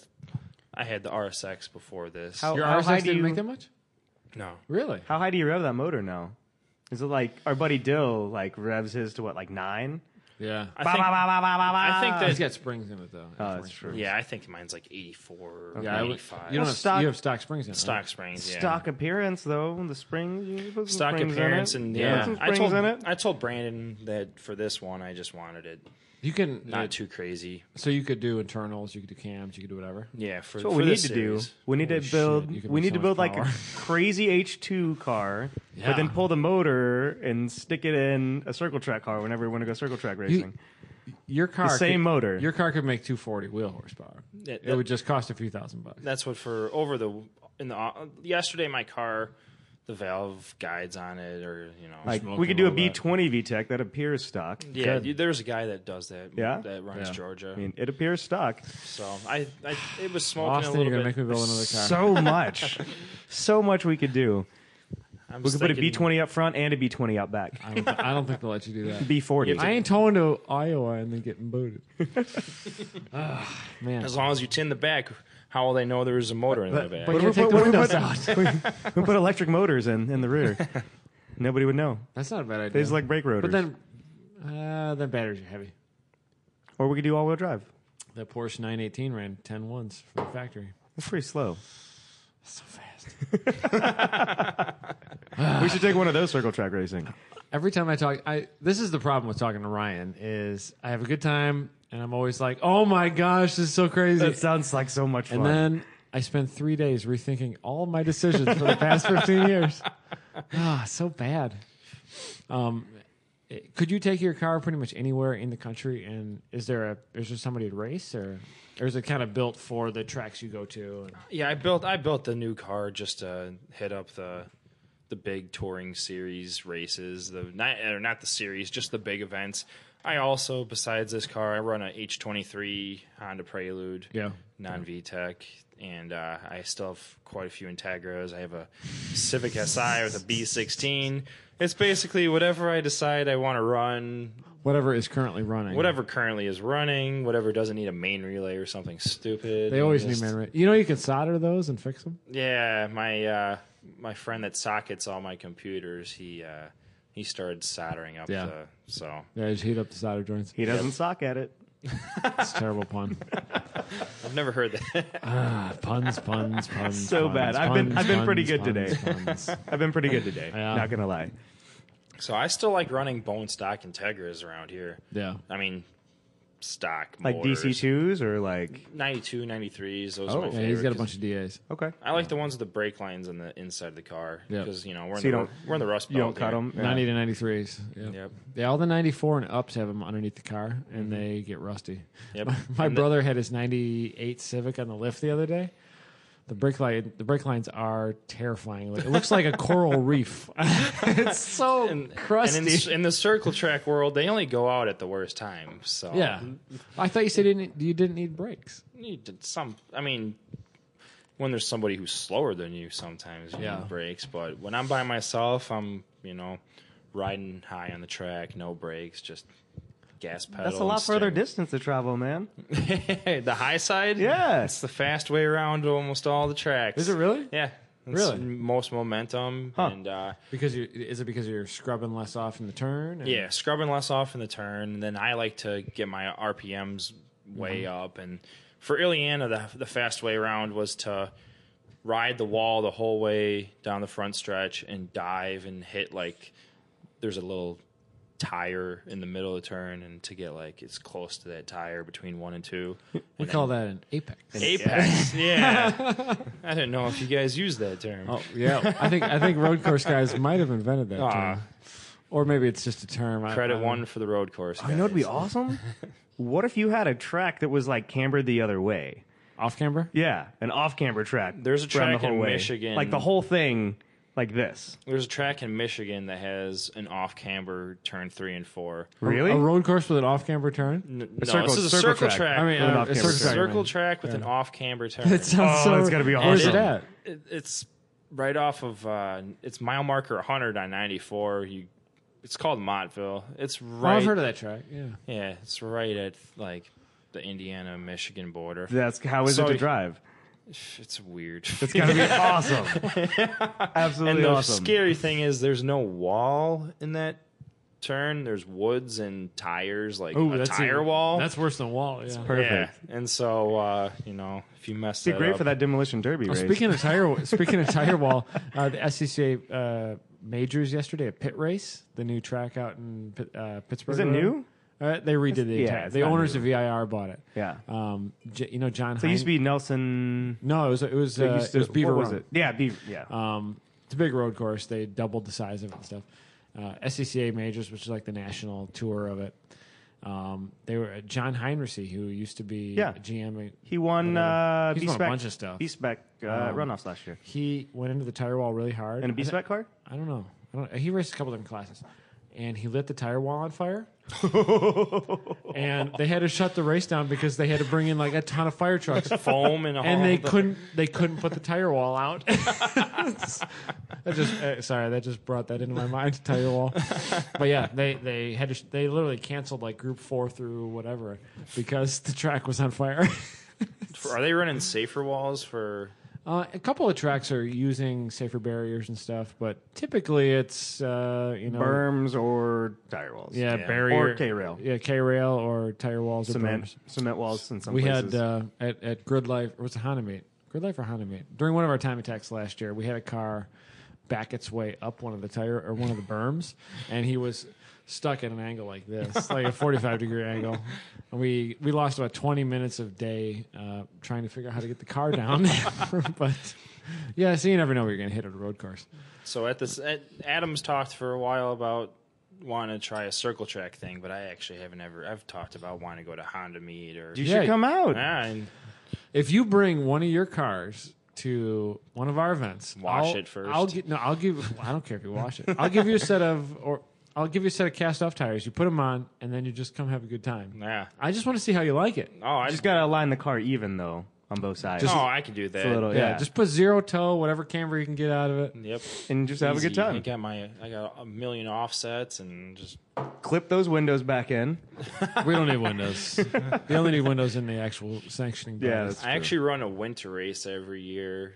I had the RSX before this.
How-
Your
high
RSX
do
didn't
you-
make that much.
no,
Really?
How high do you rev that motor now? Is it like our buddy Dill like revs his to what like nine?
Yeah.
I think, I think
It's
that
got springs in it though.
Oh, that's true.
yeah, I think mine's like 84,
Yeah. I would-
85.
you don't have
stock-
you have stock springs in it.
stock springs, yeah.
Stock appearance though, the springs. You put some
stock
springs
appearance
in it.
and
You
yeah.
Put some
I
springs
told
in it.
I told Brandon that for this one I just wanted it
right? You can
not
yeah,
too crazy.
so you could do internals, you could do cams, you could do whatever.
Yeah, for,
So what
for
we need
this
to do,
series.
we need
Holy
to
shit,
build,
you can
we
make
need
so
to
much
build like
power.
a crazy H2 car,
Yeah.
but then pull the motor and stick it in a circle track car whenever we want to go circle track racing.
Your car
same
could-
motor.
Your car could make 240 wheel horsepower. It,
that-
would just cost a few thousand bucks.
That's what for over the in the uh, yesterday my car the valve guides on it or you know
like
smoke
we
and
could do a
all that.
B20 VTEC that appears stock.
yeah,
good.
you, there's a guy that does that.
Yeah?
that runs
Yeah.
Georgia.
I mean, it appears stock.
so I, I it was smoking a
Austin,
little
you're gonna make
bit.
me build another car.
So much, so much we could do.
I'm
We could put a
thinking-
B20 up front and a B20 out back.
I, don't th- I don't think they'll let you do that.
B40.
I ain't towing to Iowa and then getting booted. Ah, man.
As long as you tin the back, how will they know there was a motor in the back?
but-
What if
Yeah,
we
take
put-
the
what if we
windows
put- we put electric motors in in the rear. Nobody would know.
That's not a bad idea.
It's like brake rotors.
but then, uh, then batteries are heavy.
or we could do all-wheel drive.
That Porsche 918 ran 10 ones from the factory.
It's pretty slow.
So fast.
we should take one of those circle track racing.
Every time I talk, I this is the problem with talking to Ryan is I have a good time and I'm always like, oh my gosh, this is so crazy.
That sounds like so much fun.
and then I spend three days rethinking all my decisions for the past 15 years. Ah, so bad. Um, it- could you take your car pretty much anywhere in the country? And is there a is there somebody to race or or is it kind of built for the tracks you go to? And,
Yeah, I built I built the new car just to hit up the the big touring series races, the not or not the series, just the big events. I also, besides this car, I run a H23 Honda Prelude,
Yeah.
non VTEC, and uh, I still have quite a few Integras. I have a Civic SI with a B16. It's basically whatever I decide I want to run,
whatever is currently running.
whatever currently is running, whatever doesn't need a main relay or something stupid.
They
and
always
just-
need man. ra- You know, you can solder those and fix them.
Yeah, my uh, my friend that sockets all my computers, he uh, he started soldering up
Yeah.
the so
Yeah, just heat up the solder joints.
he doesn't sock at it.
It's a terrible pun.
I've never heard that.
Ah, puns, puns, puns.
So
puns,
bad. I've been-
puns,
I've been pretty
puns,
good
puns,
today.
puns.
I've been pretty good today.
Yeah.
Not gonna lie.
so I still like running bone stock Integras around here.
Yeah.
I mean stock
Like
motors.
DC twos or like
92, 93s, those are my
Oh.
Yeah,
favorite.
he's got a
'cause
bunch of DAs.
okay.
I like the ones with the brake lines on the inside of the car
Yeah.
because you know we're in
So you
the
don't-
we're in the rust belt.
You don't cut
here.
them.
90 to 93s. Yep.
Yep.
Yeah, all the 94 and ups have them underneath the car, and they get rusty.
Yep.
My
And the-
brother had his 98 Civic on the lift the other day. The brake line, the brake lines are terrifying. Like, it looks like a coral reef. it's so
And,
crusty.
and in, in the circle track world, they only go out at the worst time. So
yeah, I thought you said you didn't, you didn't need brakes.
need to some i mean when there's somebody who's slower than you sometimes you
Yeah.
need brakes but when i'm by myself i'm you know riding high on the track no brakes just gas pedal
That's a
and
lot further
steering.
distance to travel, man.
the high side
Yeah.
it's the fast way around to almost all the tracks
Is it really?
yeah It's
Really?
most momentum and uh
Because you is it because you're scrubbing less off in the turn? or-
yeah scrubbing less off in the turn and then i like to get my rpms way up and for iliana the, the fast way around was to ride the wall the whole way down the front stretch and dive and hit like there's a little tire in the middle of the turn and to get like it's close to that tire between one and two
we call that an apex.
apex yeah i don't know if you guys use that term
Oh yeah, I think I think road course guys might have invented that.
Aw.
term. Or maybe it's just a term. I-
Credit
I-
one for the road course.
You know, it'd be
guys.
awesome. what if you had a track that was like cambered the other way?
off camber.
Yeah, an off-camber track.
There's a
around
track in Michigan-
like the whole thing, like this.
There's a track in Michigan that has an off camber turn three and four.
Really?
A road course with an off camber turn.
N- No,
circle-
this is a
circle
circle,
track.
track.
I mean,
With an
uh,
off-camber
a
track.
circle,
it's a
track.
circle track with an off camber turn.
It sounds
Oh,
so.
that's gotta be
Where's it
awesome.
at?
It- it's right off of uh, it's mile marker 100 on 94. You, it's called Mottville. It's
Oh,
right.
I've heard of that track. Yeah.
Yeah, it's right at like the Indiana Michigan border.
That's how is it
Sorry.
to drive?
It's weird.
It's gotta be awesome. Absolutely
and the
awesome.
scary thing is there's no wall in that turn. There's woods and tires, like
Ooh,
a
that's
tire
even-
wall.
That's worse than wall. Yeah.
Perfect.
Yeah. And so uh, you know, if you mess
Be
that
great
up,
for that demolition derby race.
Oh, Speaking of tire, speaking of tire wall, uh, the SCCA uh, majors yesterday at pit race, the new track out in Pit- uh, Pittsburgh.
Is it
or whatever.
new?
Uh, they redid the
Yeah,
entire.
it's
The
not
owners
new.
of VIR bought it.
yeah.
Um, J- you know John.
So it used to be Nelson.
no, it was it was, uh, it,
used to-
was Beaver
what was
Run.
it? Yeah, Beaver. Yeah.
Um, it's a big road course. They doubled the size of it and stuff. Uh, SCCA majors, which is like the national tour of it. Um, they were John Heinrichsey, who used to be
Yeah.
GM. at-
he won. Uh,
He's won a
B-Spec-
bunch of stuff. Um,
B-Spec, uh, runoffs last year.
He went into the tire wall really hard.
And a
I thi-
B-spec car?
I don't know. I don't. He raced a couple different classes, and he lit the tire wall on fire. and uh, they had to shut the race down because they had to bring in like a ton of fire trucks,
foam and, all
and they
the-
couldn't. They couldn't put the tire wall out. that just eh, sorry. That just brought that into my mind. Tire wall, but yeah, they they had to. sh- They literally canceled like group four through whatever because the track was on fire.
Are they running safer walls for?
Uh, a couple of tracks are using safer barriers and stuff, but typically it's uh, you know
Berms or tire walls?
yeah,
Yeah.
barrier
Or K-rail.
yeah K rail or tire walls or
Cement,
berms.
cement walls in some
We
places.
had uh, at at Grid Life or was it Hanamate? Grid Life or Hanamate? During one of our time attacks last year, we had a car back its way up one of the tire or one of the berms, and he was stuck at an angle like this, like a forty five degree angle. And we we lost about twenty minutes of day uh, trying to figure out how to get the car down, but. Yeah, so you never know where you're going to hit at a road course.
So at this, at, Adams talked for a while about wanting to try a circle track thing, but I actually haven't ever. I've talked about wanting to go to Honda Meet or.
you
Yeah.
should come out.
Yeah, and
If you bring one of your cars to one of our events,
Wash
I'll-
it first.
I'll gi- no, I'll give. I don't care if you wash it. I'll give you a set of or I'll give you a set of cast off tires. You put them on, and then you just come have a good time.
yeah.
I just want to see how you like it.
Oh, I
You
just
just
got.
gotta align the car even though on both sides.
Oh, I could do that.
It's a little,
Yeah,
yeah,
just put zero toe, whatever camber you can get out of it.
Yep.
and just have a good
Easy. I
time.
got my. I got a million offsets and just.
Clip those windows back in.
We don't need windows. we only need windows in the actual sanctioning.
Yeah,
bodies.
that's-
I actually run a winter race every year,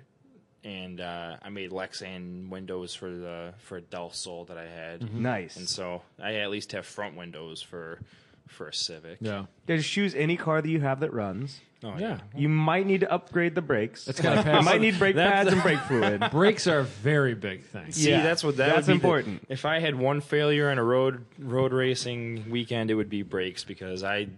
and uh, I made Lexan windows for the for a Del Sol that I had,
Nice.
and so I at least have front windows for for a Civic.
yeah.
Yeah, just choose any car that you have that runs.
Oh,
Yeah.
You might need to upgrade the brakes.
It's gotta
you
pass.
might need brake
That's-
pads and brake fluid.
Brakes are a very big thing.
See,
Yeah,
that's what that
that's
would be the-
important.
if I had one failure on a road road racing weekend, it would be brakes because I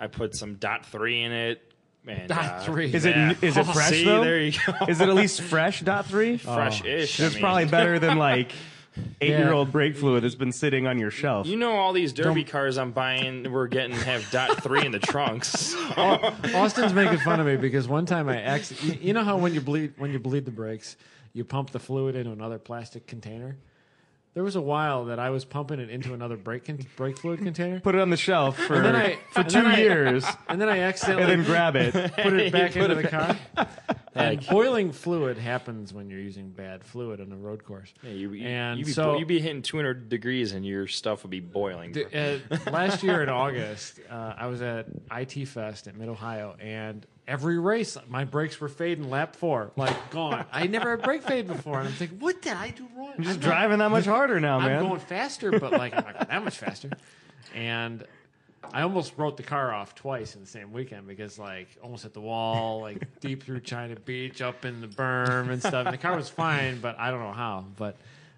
I put some dot three in it. And,
Dot
uh,
three.
Is it
yeah.
is it fresh
See,
though?
There you go.
Is it at least fresh? Dot
Oh,
three.
fresh ish.
It's probably better than like eight year old brake fluid that's been sitting on your shelf.
You know all these derby cars I'm buying we're getting have dot three in the trunks.
Austin's making fun of me because one time I accidentally, you know how when you bleed when you bleed the brakes, you pump the fluid into another plastic container. There was a while that I was pumping it into another brake con- brake fluid container,
Put it on the shelf for
then I-
for
and
two
then I-
years,
and then I
and
accidentally
then grab it.
put it back
You put
into
it
the car. And boiling fluid happens when you're using bad fluid on a road course.
Yeah, you, you,
and
you be,
so
you'd be hitting 200 degrees and your stuff would be boiling.
D- uh, last year in August, uh, I was at IT Fest at Mid Ohio, and every race, my brakes were fading lap four, like gone. I never had brake fade before, and I'm thinking, what did I do wrong? I'm
Just
not-
driving that much harder now,
I'm
man.
going faster, but like I'm not going that much faster. And I almost wrote the car off twice in the same weekend because like almost hit the wall, like deep through China Beach, up in the berm and stuff. And the car was fine, but I don't know how. But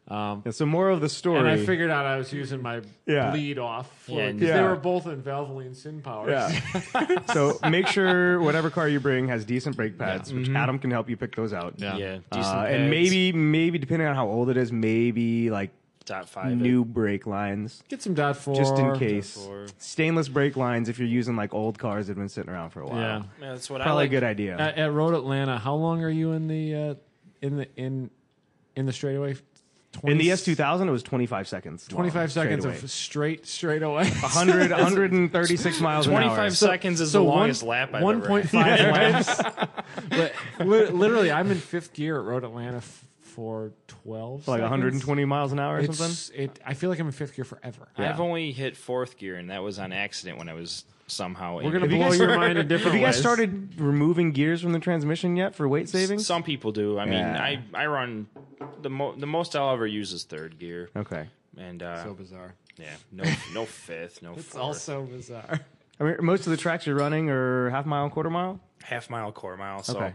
um,
Yeah, so more of the story.
and I figured out I was using my
Yeah.
bleed off fluid
Yeah,
'cause they
yeah.
were both in Valvoline Sin Power.
Yeah. so make sure whatever car you bring has decent brake pads, which Adam can help you pick those out.
Mm-hmm. Yeah.
yeah, decent
Uh, and
pads.
maybe, maybe depending on how old it is, maybe like
dot five. it.
new brake lines
Get some dot four.
just in case.
four.
Stainless brake lines if you're using like old cars that have been sitting around for a while.
Yeah.
Yeah, that's what
Probably
I
a
like.
good idea.
At, at Road Atlanta, how long are you in the uh, in the in in the straightaway? 20,
in the S2000, it was 25 seconds. long,
25 seconds
straightaway.
of straight straightaway.
100, 136 miles an hour.
25 seconds is the longest lap I've
One
ever
point five laps. but li- literally, I'm in fifth gear at Road Atlanta f- for twelve.
Like
seconds.
120 miles an hour or something.
It's, it, I feel like I'm in fifth gear forever.
Yeah.
I've only hit fourth gear, and that was on accident when I was somehow.
We're gonna
Have you
blow
guys-
your mind in different
Have you guys
ways.
started removing gears from the transmission yet for weight savings?
Some people do. I mean,
Yeah.
I I run the mo- the most I'll ever use is third gear,
okay.
and uh,
So bizarre.
yeah, no no fifth, no
It's
fourth.
all so bizarre.
I mean, most of the tracks you're running are half mile, quarter mile.
half mile, quarter mile. So
Okay.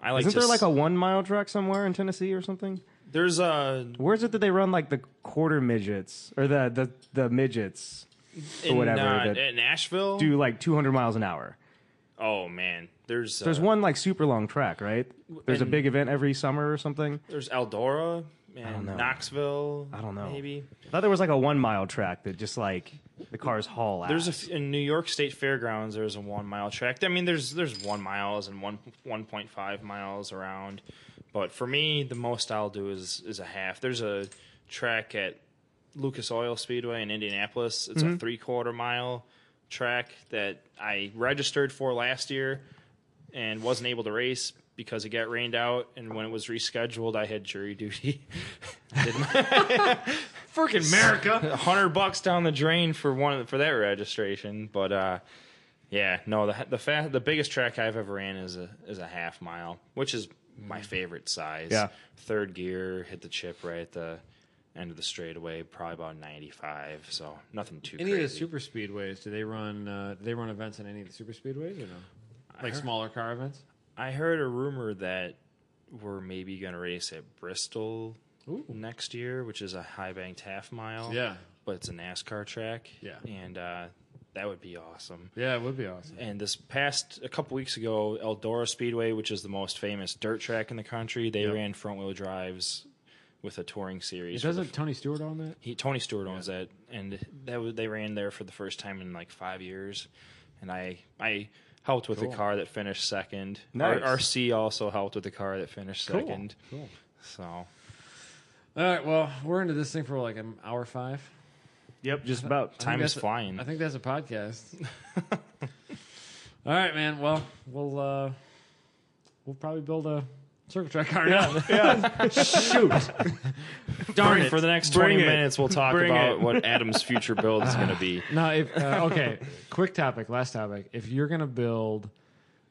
I like.
Isn't
to
there
s-
like a one mile track somewhere in Tennessee or something?
There's uh, a
Where is it that they run like the quarter midgets or the the, the midgets
in,
whatever
uh,
that-
in Nashville.
do like 200 miles an hour?
Oh man, there's
There's
uh,
one like super long track, right? There's a
and-
big event every summer or something.
there's Eldora and
know.
Knoxville. I
don't know.
Maybe
I thought there was like a one mile track that just like the cars haul out.
There's a f in New York State Fairgrounds. There's a one mile track. I mean, there's there's one miles and one one point five miles around, but for me, the most I'll do is is a half. There's a track at Lucas Oil Speedway in Indianapolis. It's
Mm-hmm.
a three quarter mile track that I registered for last year and wasn't able to race because it got rained out. And when it was rescheduled, I had jury duty.
Freaking America.
A hundred bucks down the drain for one of the- for that registration. But uh, yeah, no, the the fa- the biggest track I've ever ran is a is a half mile, which is my
Mm.
favorite size.
Yeah.
third gear, hit the chip right at the end of the straightaway, probably about ninety five. So nothing too
Any of the
crazy.
super speedways? Do they run? Uh, do they run events in any of the super speedways or no? Like smaller car events?
I heard a rumor that we're maybe going to race at Bristol.
Ooh.
Next year, which is a high banked half mile,
Yeah.
but it's a NASCAR track,
Yeah.
and uh, that would be awesome.
Yeah, it would be awesome.
And this past a couple weeks ago, Eldora Speedway, which is the most famous dirt track in the country, they ran front wheel drives with a touring series. for the
Doesn't Tony Stewart own that?
he, Tony Stewart owns that, and that was, they ran there for the first time in like five years, and I I helped with
Cool.
the car that finished second.
Nice.
R- RC also helped with the car that finished second.
Cool.
So
All right. Well, we're into this thing for like an hour five.
yep, just about
I think
time is
that's a-
flying.
I think that's a podcast. All right, man. Well, we'll uh, we'll probably build a circuit track car now.
shoot.
Darn it! For the next
Bring
twenty
it.
minutes, we'll talk
Bring
about
it.
what Adam's future build is going to be.
No, if uh, okay. Quick topic. Last topic. If you're gonna build,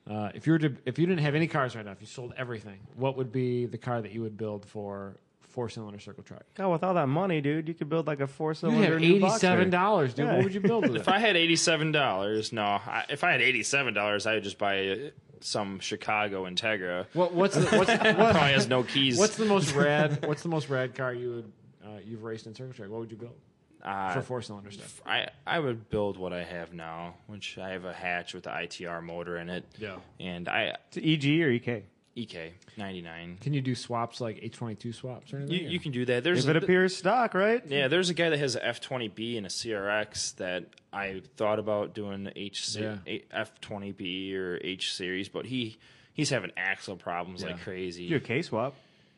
uh, if you were to, if you didn't have any cars right now, if you sold everything, what would be the car that you would build for four cylinder circle track?
God, with all that money, dude, you could build like a four
You
cylinder
have eighty seven dollars, dude.
Yeah.
What would you build with
If I had eighty-seven dollars, no. I, if I had eighty-seven dollars, I would just buy uh, some Chicago Integra.
What, what's the what's, what,
Probably has no keys.
what's the most rad? What's the most rad car you would uh, you've raced in circle track? What would you build
uh,
for four cylinder stuff?
I I would build what I have now, which I have a hatch with the ITR motor in it.
Yeah.
And I E
EG E or EK.
EK ninety nine.
Can you do swaps like A twenty two swaps or anything?
You, you can do that. There's
If it
a,
appears stock, right?
yeah, there's a guy that has a F twenty B and a CRX that I thought about doing H
Yeah.
F twenty B or H series, but he he's having axle problems like
Yeah.
crazy.
Do a K swap.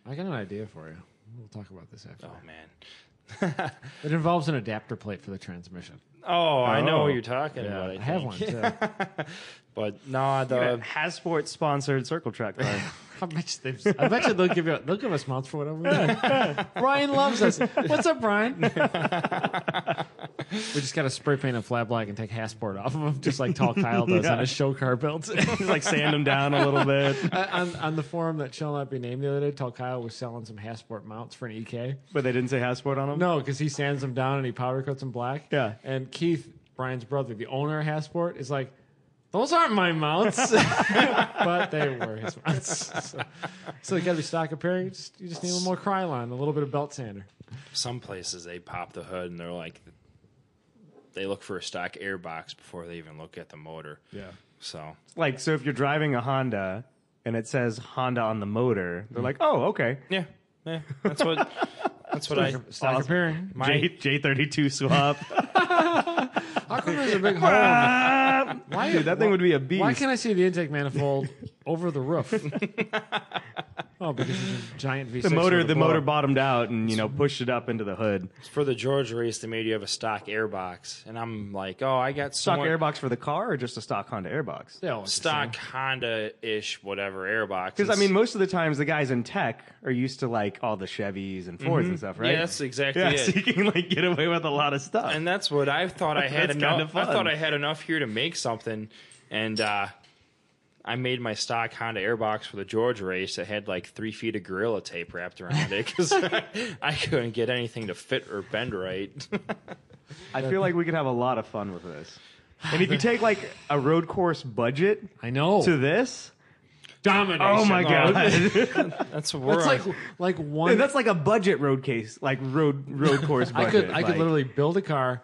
I got an idea for you. We'll talk about this after.
Oh man.
It involves an adapter plate for the transmission.
Oh, I know
Oh.
what you're talking about. I,
I have
think.
one too.
but nah,
Uh,
the
Hasport sponsored circle track car.
I bet you, they've- I bet you they'll give you they'll give us months for whatever. we want. Brian loves us. What's up, Brian? we just got to spray paint a flat black and take Hasport off of him, just like Tall Kyle does on
Yeah.
his show car built.
Just like sand them down a little bit.
on, on the forum that shall not be named the other day, Tall Kyle was selling some Hasport mounts for an E EK.
But they didn't say Hasport on them?
No, because he sands them down and he powder coats them black.
Yeah.
And Keith, Brian's brother, the owner of Hasport, is like, those aren't my mounts, but they were his mounts. So, so they got to be stock appearing. You just, you just need a little more Krylon, a little bit of belt sander.
some places they pop the hood and they're like they look for a stock airbox before they even look at the motor.
Yeah.
So
Like, so if you're driving a Honda
Mm-hmm.
and it says Honda on the motor, they're like, oh, okay.
yeah, yeah, that's what That's what I.
Stop comparing.
My
J thirty two swap.
How come there's a big hole? in the-
Why, Dude, that thing would be a beast.
Why can't I see the intake manifold over the roof? oh, because it's a giant V6.
the motor,
with a
the
blow
motor
up.
bottomed out and you know pushed it up into the hood.
for the Georgia race, they made you have a stock airbox, and I'm like, oh, I got
Stock
someone-
airbox for the car, or just a stock Honda airbox?
Yeah, well, it's
stock Honda ish whatever airbox.
Because I mean, most of the times the guys in tech are used to like all the Chevys and Fords and stuff, right?
yeah, that's exactly
yeah,
it.
so you can like get away with a lot of stuff.
and that's what I thought I had
That's kind
enough.
of
I
fun.
thought I had enough here to make something, and uh, I made my stock Honda Airbox for the Georgia race that had like three feet of Gorilla tape wrapped around it because I couldn't get anything to fit or bend right.
I feel like we could have a lot of fun with this. And if you take like a road course budget
I know.
to this,
domination.
oh my god,
That's what
That's
we're
like
on.
like one.
that's like a budget road case, like road road course
I
budget.
could I could
like,
literally build a car,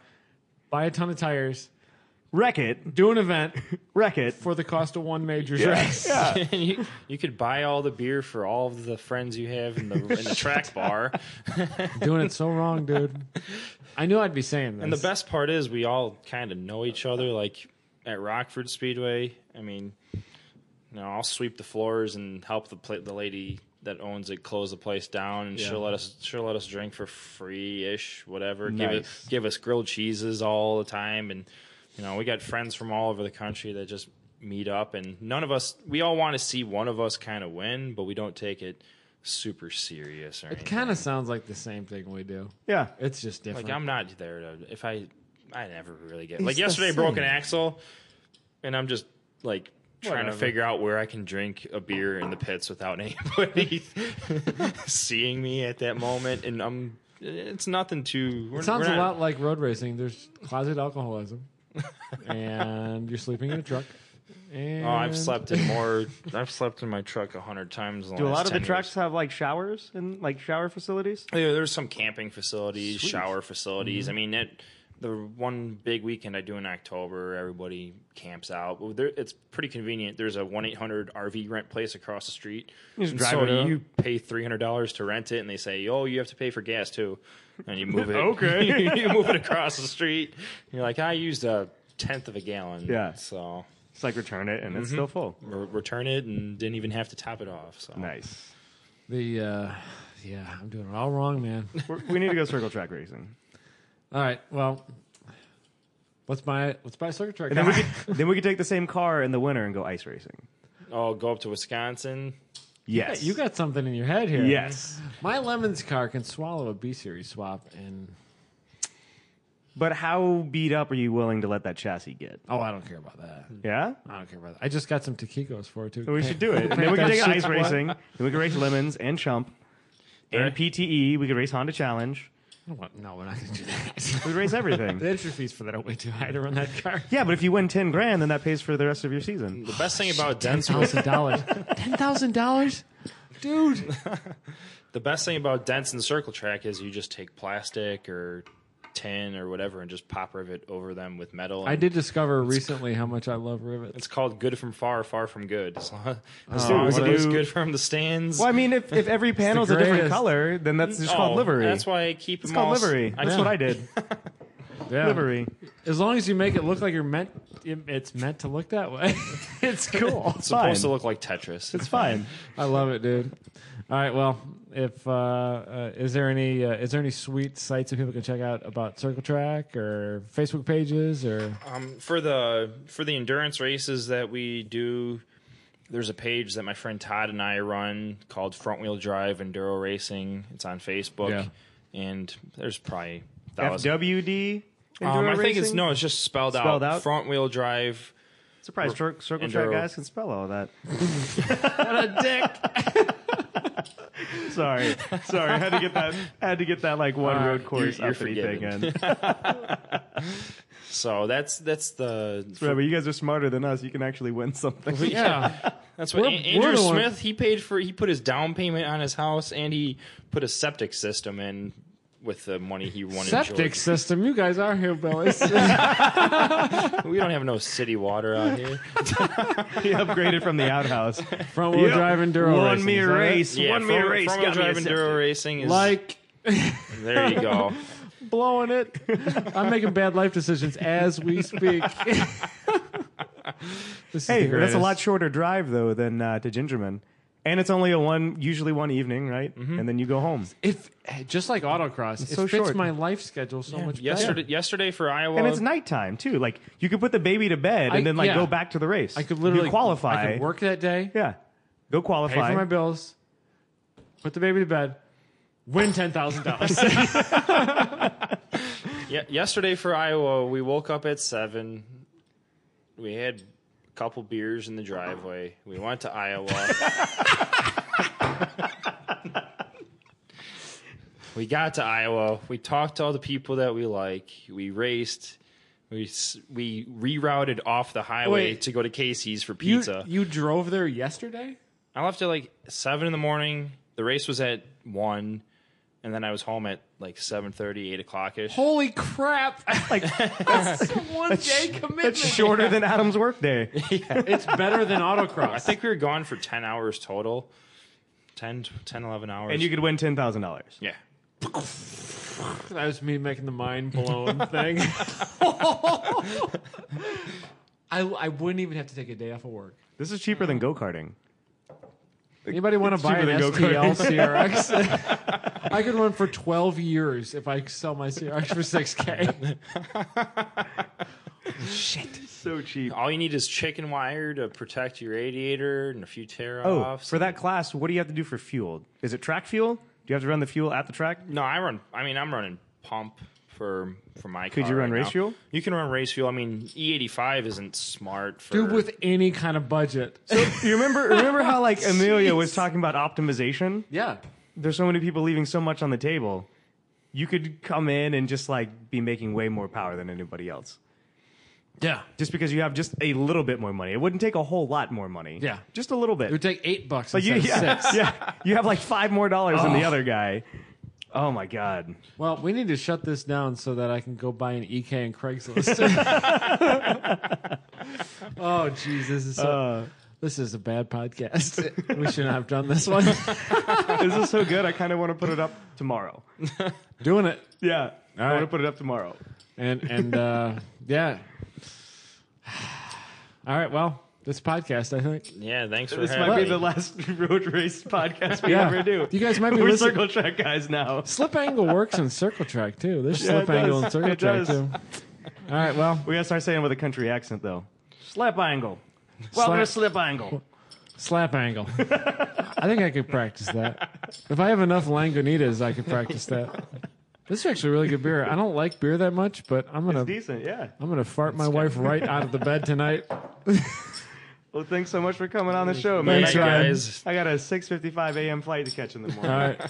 buy a ton of tires,
wreck it,
do an event
wreck it.
for the cost of one major race.
And you, you could buy all the beer for all of the friends you have in the in the track bar.
Doing it so wrong, dude. I knew I'd be saying this.
And the best part is we all kind of know each other. Like at Rockford Speedway, I mean, you know, I'll sweep the floors and help the pla- the lady that owns it close the place down, and she'll let us she'll let us drink for free ish, whatever. Give
Nice.
us give us grilled cheeses all the time, and you know, we got friends from all over the country that just meet up, and none of us we all want to see one of us kind of win, but we don't take it super serious or
It
anything.
kind of sounds like the same thing we do.
Yeah,
It's just different.
Like I'm not there to if I I never really get
It's
like
the
yesterday I broke
same.
an axle and I'm just like trying
Whatever.
to figure out where I can drink a beer in the pits without anybody seeing me at that moment and I'm it's nothing too we're,
it sounds
we're
a
not-
lot like road racing. There's closet alcoholism, and you're sleeping in a truck. And
Oh, I've slept in more. I've slept in my truck a hundred times. In the
do a
last
lot of the
10
tracks
years.
have like showers and like shower facilities?
Yeah, there's some camping facilities, shower facilities.
Mm-hmm.
I mean, it, the one big weekend I do in October, everybody camps out. Well, there, it's pretty convenient. There's a one eight hundred RV rent place across the street.
You just
And
drive
so
it up.
you pay three hundred dollars to rent it, and they say, "Oh, you have to pay for gas too," and you move it.
Okay.
you move it across the street. And you're like, I used a tenth of a gallon.
Yeah.
so
It's like return it and it's still full.
re- return it and didn't even have to top it off. So
Nice.
the uh, yeah. I'm doing it all wrong, man.
We're, we need to go circle track racing.
All right, well, let's buy let's buy a circuit truck.
And then we could then we could take the same car in the winter and go ice racing.
oh, go up to Wisconsin.
Yes,
you got something in your head here.
yes.
my lemons car can swallow a B series swap, and
But how beat up are you willing to let that chassis get?
oh, I don't care about that.
Yeah.
I don't care about that. I just got some taquicos for it too.
We should do it. And then we can take it ice racing. Then we can race lemons and chump and
Right.
PTE. We could race Honda Challenge.
No, we're not going to do that.
We could race everything.
the entry fees for that are way too high to run that car.
yeah, but if you win ten grand, then that pays for the rest of your season.
The best thing about Denver
Thousand dollars. Ten thousand dollars, dude.
The best thing about dents in the circle track is you just take plastic or tin or whatever and just pop rivet over them with metal. And
I did discover recently how much I love rivets.
It's called good from far, far from good. As long as,
Dude,
long as
Oh, what do
it looks
you-
good from the stands.
Well, I mean, if, if every panel's a different
greatest.
color, then that's just called
Oh,
livery.
That's why I keep
it's
them
called
all s-
livery.
I
That's
just-
what I did.
Yeah.
Livery.
As long as you make it look like you're meant, it- it's meant to look that way. it's cool.
It's
Fine.
supposed to look like Tetris.
It's fine.
I love it, dude. All right, well, if uh, uh, is there any uh, is there any sweet sites that people can check out about Circle Track or Facebook pages or
Um, for the for the endurance races that we do, there's a page that my friend Todd and I run called Front Wheel Drive Enduro Racing. It's on Facebook,
Yeah.
and there's probably thousands.
FWD.
Um,
enduro
I think it's
racing?
no, it's just spelled,
Spelled out?
Front wheel drive.
Surprise! Cir- circle track
Enduro.
guys can spell all that.
what a dick?
Sorry, sorry. I had to get that. I had to get that like one
right.
road course
You're-
up
you're
in the
forgiven.
again.
So that's that's the
Remember, you guys are smarter than us. You can actually win something.
Yeah,
that's what
we're-
An- Andrew
we're the one-
Smith he paid for. He put his down payment on his house and he put a septic system in with the money he won. In
septic
Georgia.
system. You guys are hillbillies.
We don't have no city water out here.
he upgraded from the outhouse.
Front wheel
Yep.
drive enduro
Won
racing,
me a
is that it?
race. Won me a
front-
race.
front wheel
got me a
drive
septic.
enduro racing is
Like
There you go.
blowing it. I'm making bad life decisions as we speak. This is
Hey, that's a
the greatest.
lot shorter drive though than uh, to Gingerman, and it's only a one, usually one evening, right? And then you go home.
If just like autocross, it
so
fits
short.
my life schedule so much better.
Yesterday, yesterday for Iowa,
And it's nighttime too. Like you could put the baby to bed and
I-
then like
yeah.
go back to the race.
I could literally
you qualify.
I could work that day,
Yeah, go
pay for
qualify.
my bills, put the baby to bed, win ten thousand dollars.
Ye- yesterday for Iowa, we woke up at seven. We had a couple beers in the driveway. We went to Iowa. we got to Iowa. We talked to all the people that we like. We raced. We s- we rerouted off the highway
Wait.
to go to Casey's for
you
pizza.
you drove there yesterday?
I left at like seven in the morning. The race was at one, and then I was home at like seven thirty, eight o'clock ish.
Holy crap!
like
That's a one day commitment.
that's shorter than Adam's work day.
It's better than autocross.
I think we were gone for 10 hours total. 10, 10 11 hours.
and you could win ten thousand dollars.
yeah.
That was me making the mind blown thing. I, I wouldn't even have to take a day off of work.
This is cheaper than go karting.
Anybody want to buy an
cheaper than
STL CRX? I could run for 12 years if I sell my CRX for 6K.
So cheap.
All you need is chicken wire to protect your radiator and a few tear
Oh,
offs.
for that class, what do you have to do for fuel? Is it track fuel? Do you have to run the fuel at the track?
No, I run. I mean, I'm running pump for for my
Could
car
you run
right
race
now.
fuel?
You can run race fuel. I mean, E85 isn't smart for
Dude, with any kind of budget.
You remember remember how like Amelia was talking about optimization?
yeah.
There's so many people leaving so much on the table. You could come in and just like be making way more power than anybody else.
Yeah.
Just because you have just a little bit more money. It wouldn't take a whole lot more money.
Yeah.
Just a little bit.
It would take eight bucks
But you,
instead of
yeah,
six.
yeah, you have like five more dollars than the other guy. Oh my god.
Well, we need to shut this down so that I can go buy an EK and Craigslist. oh, jeez, this is so,
Uh,
this is a bad podcast. we should not have done this one.
this is so good. I kind of want to put it up tomorrow.
Doing it,
Yeah. I want to
right.
put it up tomorrow.
and and uh, yeah. All right, well, this podcast, I think.
Yeah, thanks for
This
having
might be
me.
the last road race podcast we
Yeah.
ever do.
You guys might be
We're
listening-
circle track guys now.
Slip angle works in circle track too. There's
it
slip angle
does.
and circle
It
track
does.
too. All right, well,
We gotta start saying it with a country accent though. Slap angle. Well,
Slap-
there's slip angle.
Slap angle. I think I could practice that. If I have enough langonitas, I could practice that. This is actually really good beer. I don't like beer that much, but I'm gonna
Decent, yeah.
I'm gonna fart my wife right out of the bed tonight.
Well, thanks so much for coming on the show, man.
Thanks,
I, got,
Ryan.
guys.
I got a 6:55 a.m. flight to catch in the morning.
All right.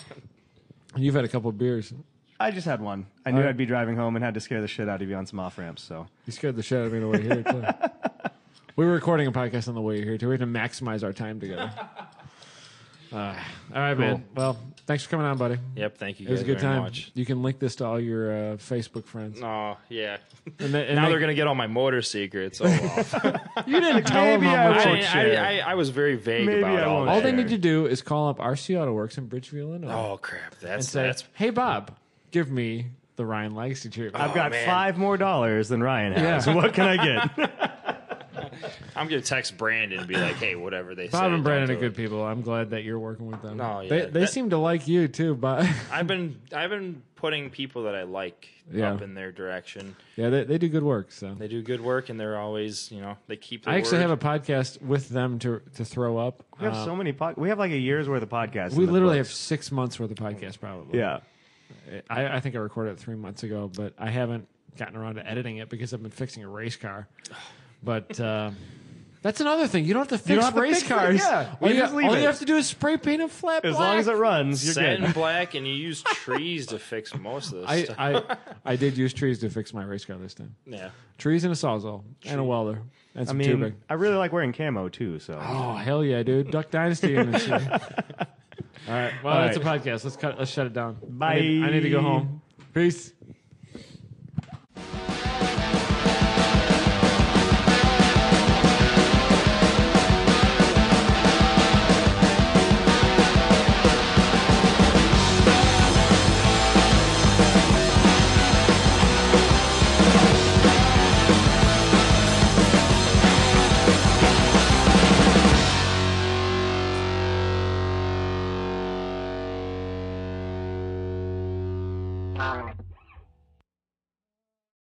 You've had a couple of beers.
I just had one. I knew
All right.
I'd be driving home and had to scare the shit out of you on some off ramps. So
You scared the shit out of me on the way here too. We were recording a podcast on the way here too. We have to maximize our time together. Uh, all right, man. Well, thanks for coming on, buddy.
Yep, thank you
It was
guys
a good
very
time.
much.
You can link this to all your uh, Facebook friends.
Oh, yeah.
And they- and
now
they-
they're going to get all my motor secrets. Oh, well.
You didn't tell
Maybe
them how
I
much
I,
won't
it-
I, I, I was very vague
Maybe
about
I
all
won't
that.
All they need to do is call up RC Auto Works in Bridgeview, Illinois,
Oh, crap.
and
That's,
say,
that's
"Hey, Bob, give me the Ryan Legacy treatment."
I've got
man.
five more dollars than Ryan has.
Yeah.
What can I get?
I'm gonna text Brandon and be like, "Hey, whatever they say."
Bob and
don't
Brandon
do
are good
it."
people. I'm glad that you're working with them.
No, yeah,
they they
that-
seem to like you too, but
I've been I've been putting people that I like
Yeah.
up in their direction.
yeah, they, they do good work. So
They do good work, and they're always you know they keep. Their
I actually
word.
have a podcast with them to to throw up.
We have
Uh,
so many. pod we have like a year's worth of podcasts.
we
in the
literally have
books.
six months worth of podcast, probably.
Yeah.
I, I think I recorded it three months ago, but I haven't gotten around to editing it because I've been fixing a race car. But uh, that's another thing. You don't have to fix
don't have to
race
fix it,
cars.
yeah.
All,
You
you,
just leave
all
it.
you have to do is spray paint and flat
As long as it runs, you're
set
good.
in black, and you use trees to fix most of this
I,
stuff.
I, I did use trees to fix my race car this time.
yeah,
Trees and a sawzall and a welder
I
and some
mean,
tubing.
I really like wearing camo too. So
Oh hell yeah, dude! Duck Dynasty and shit. All right, well
All right.
that's a podcast. Let's cut. Let's shut it down.
Bye.
I need, I need to go home. Peace.
Power.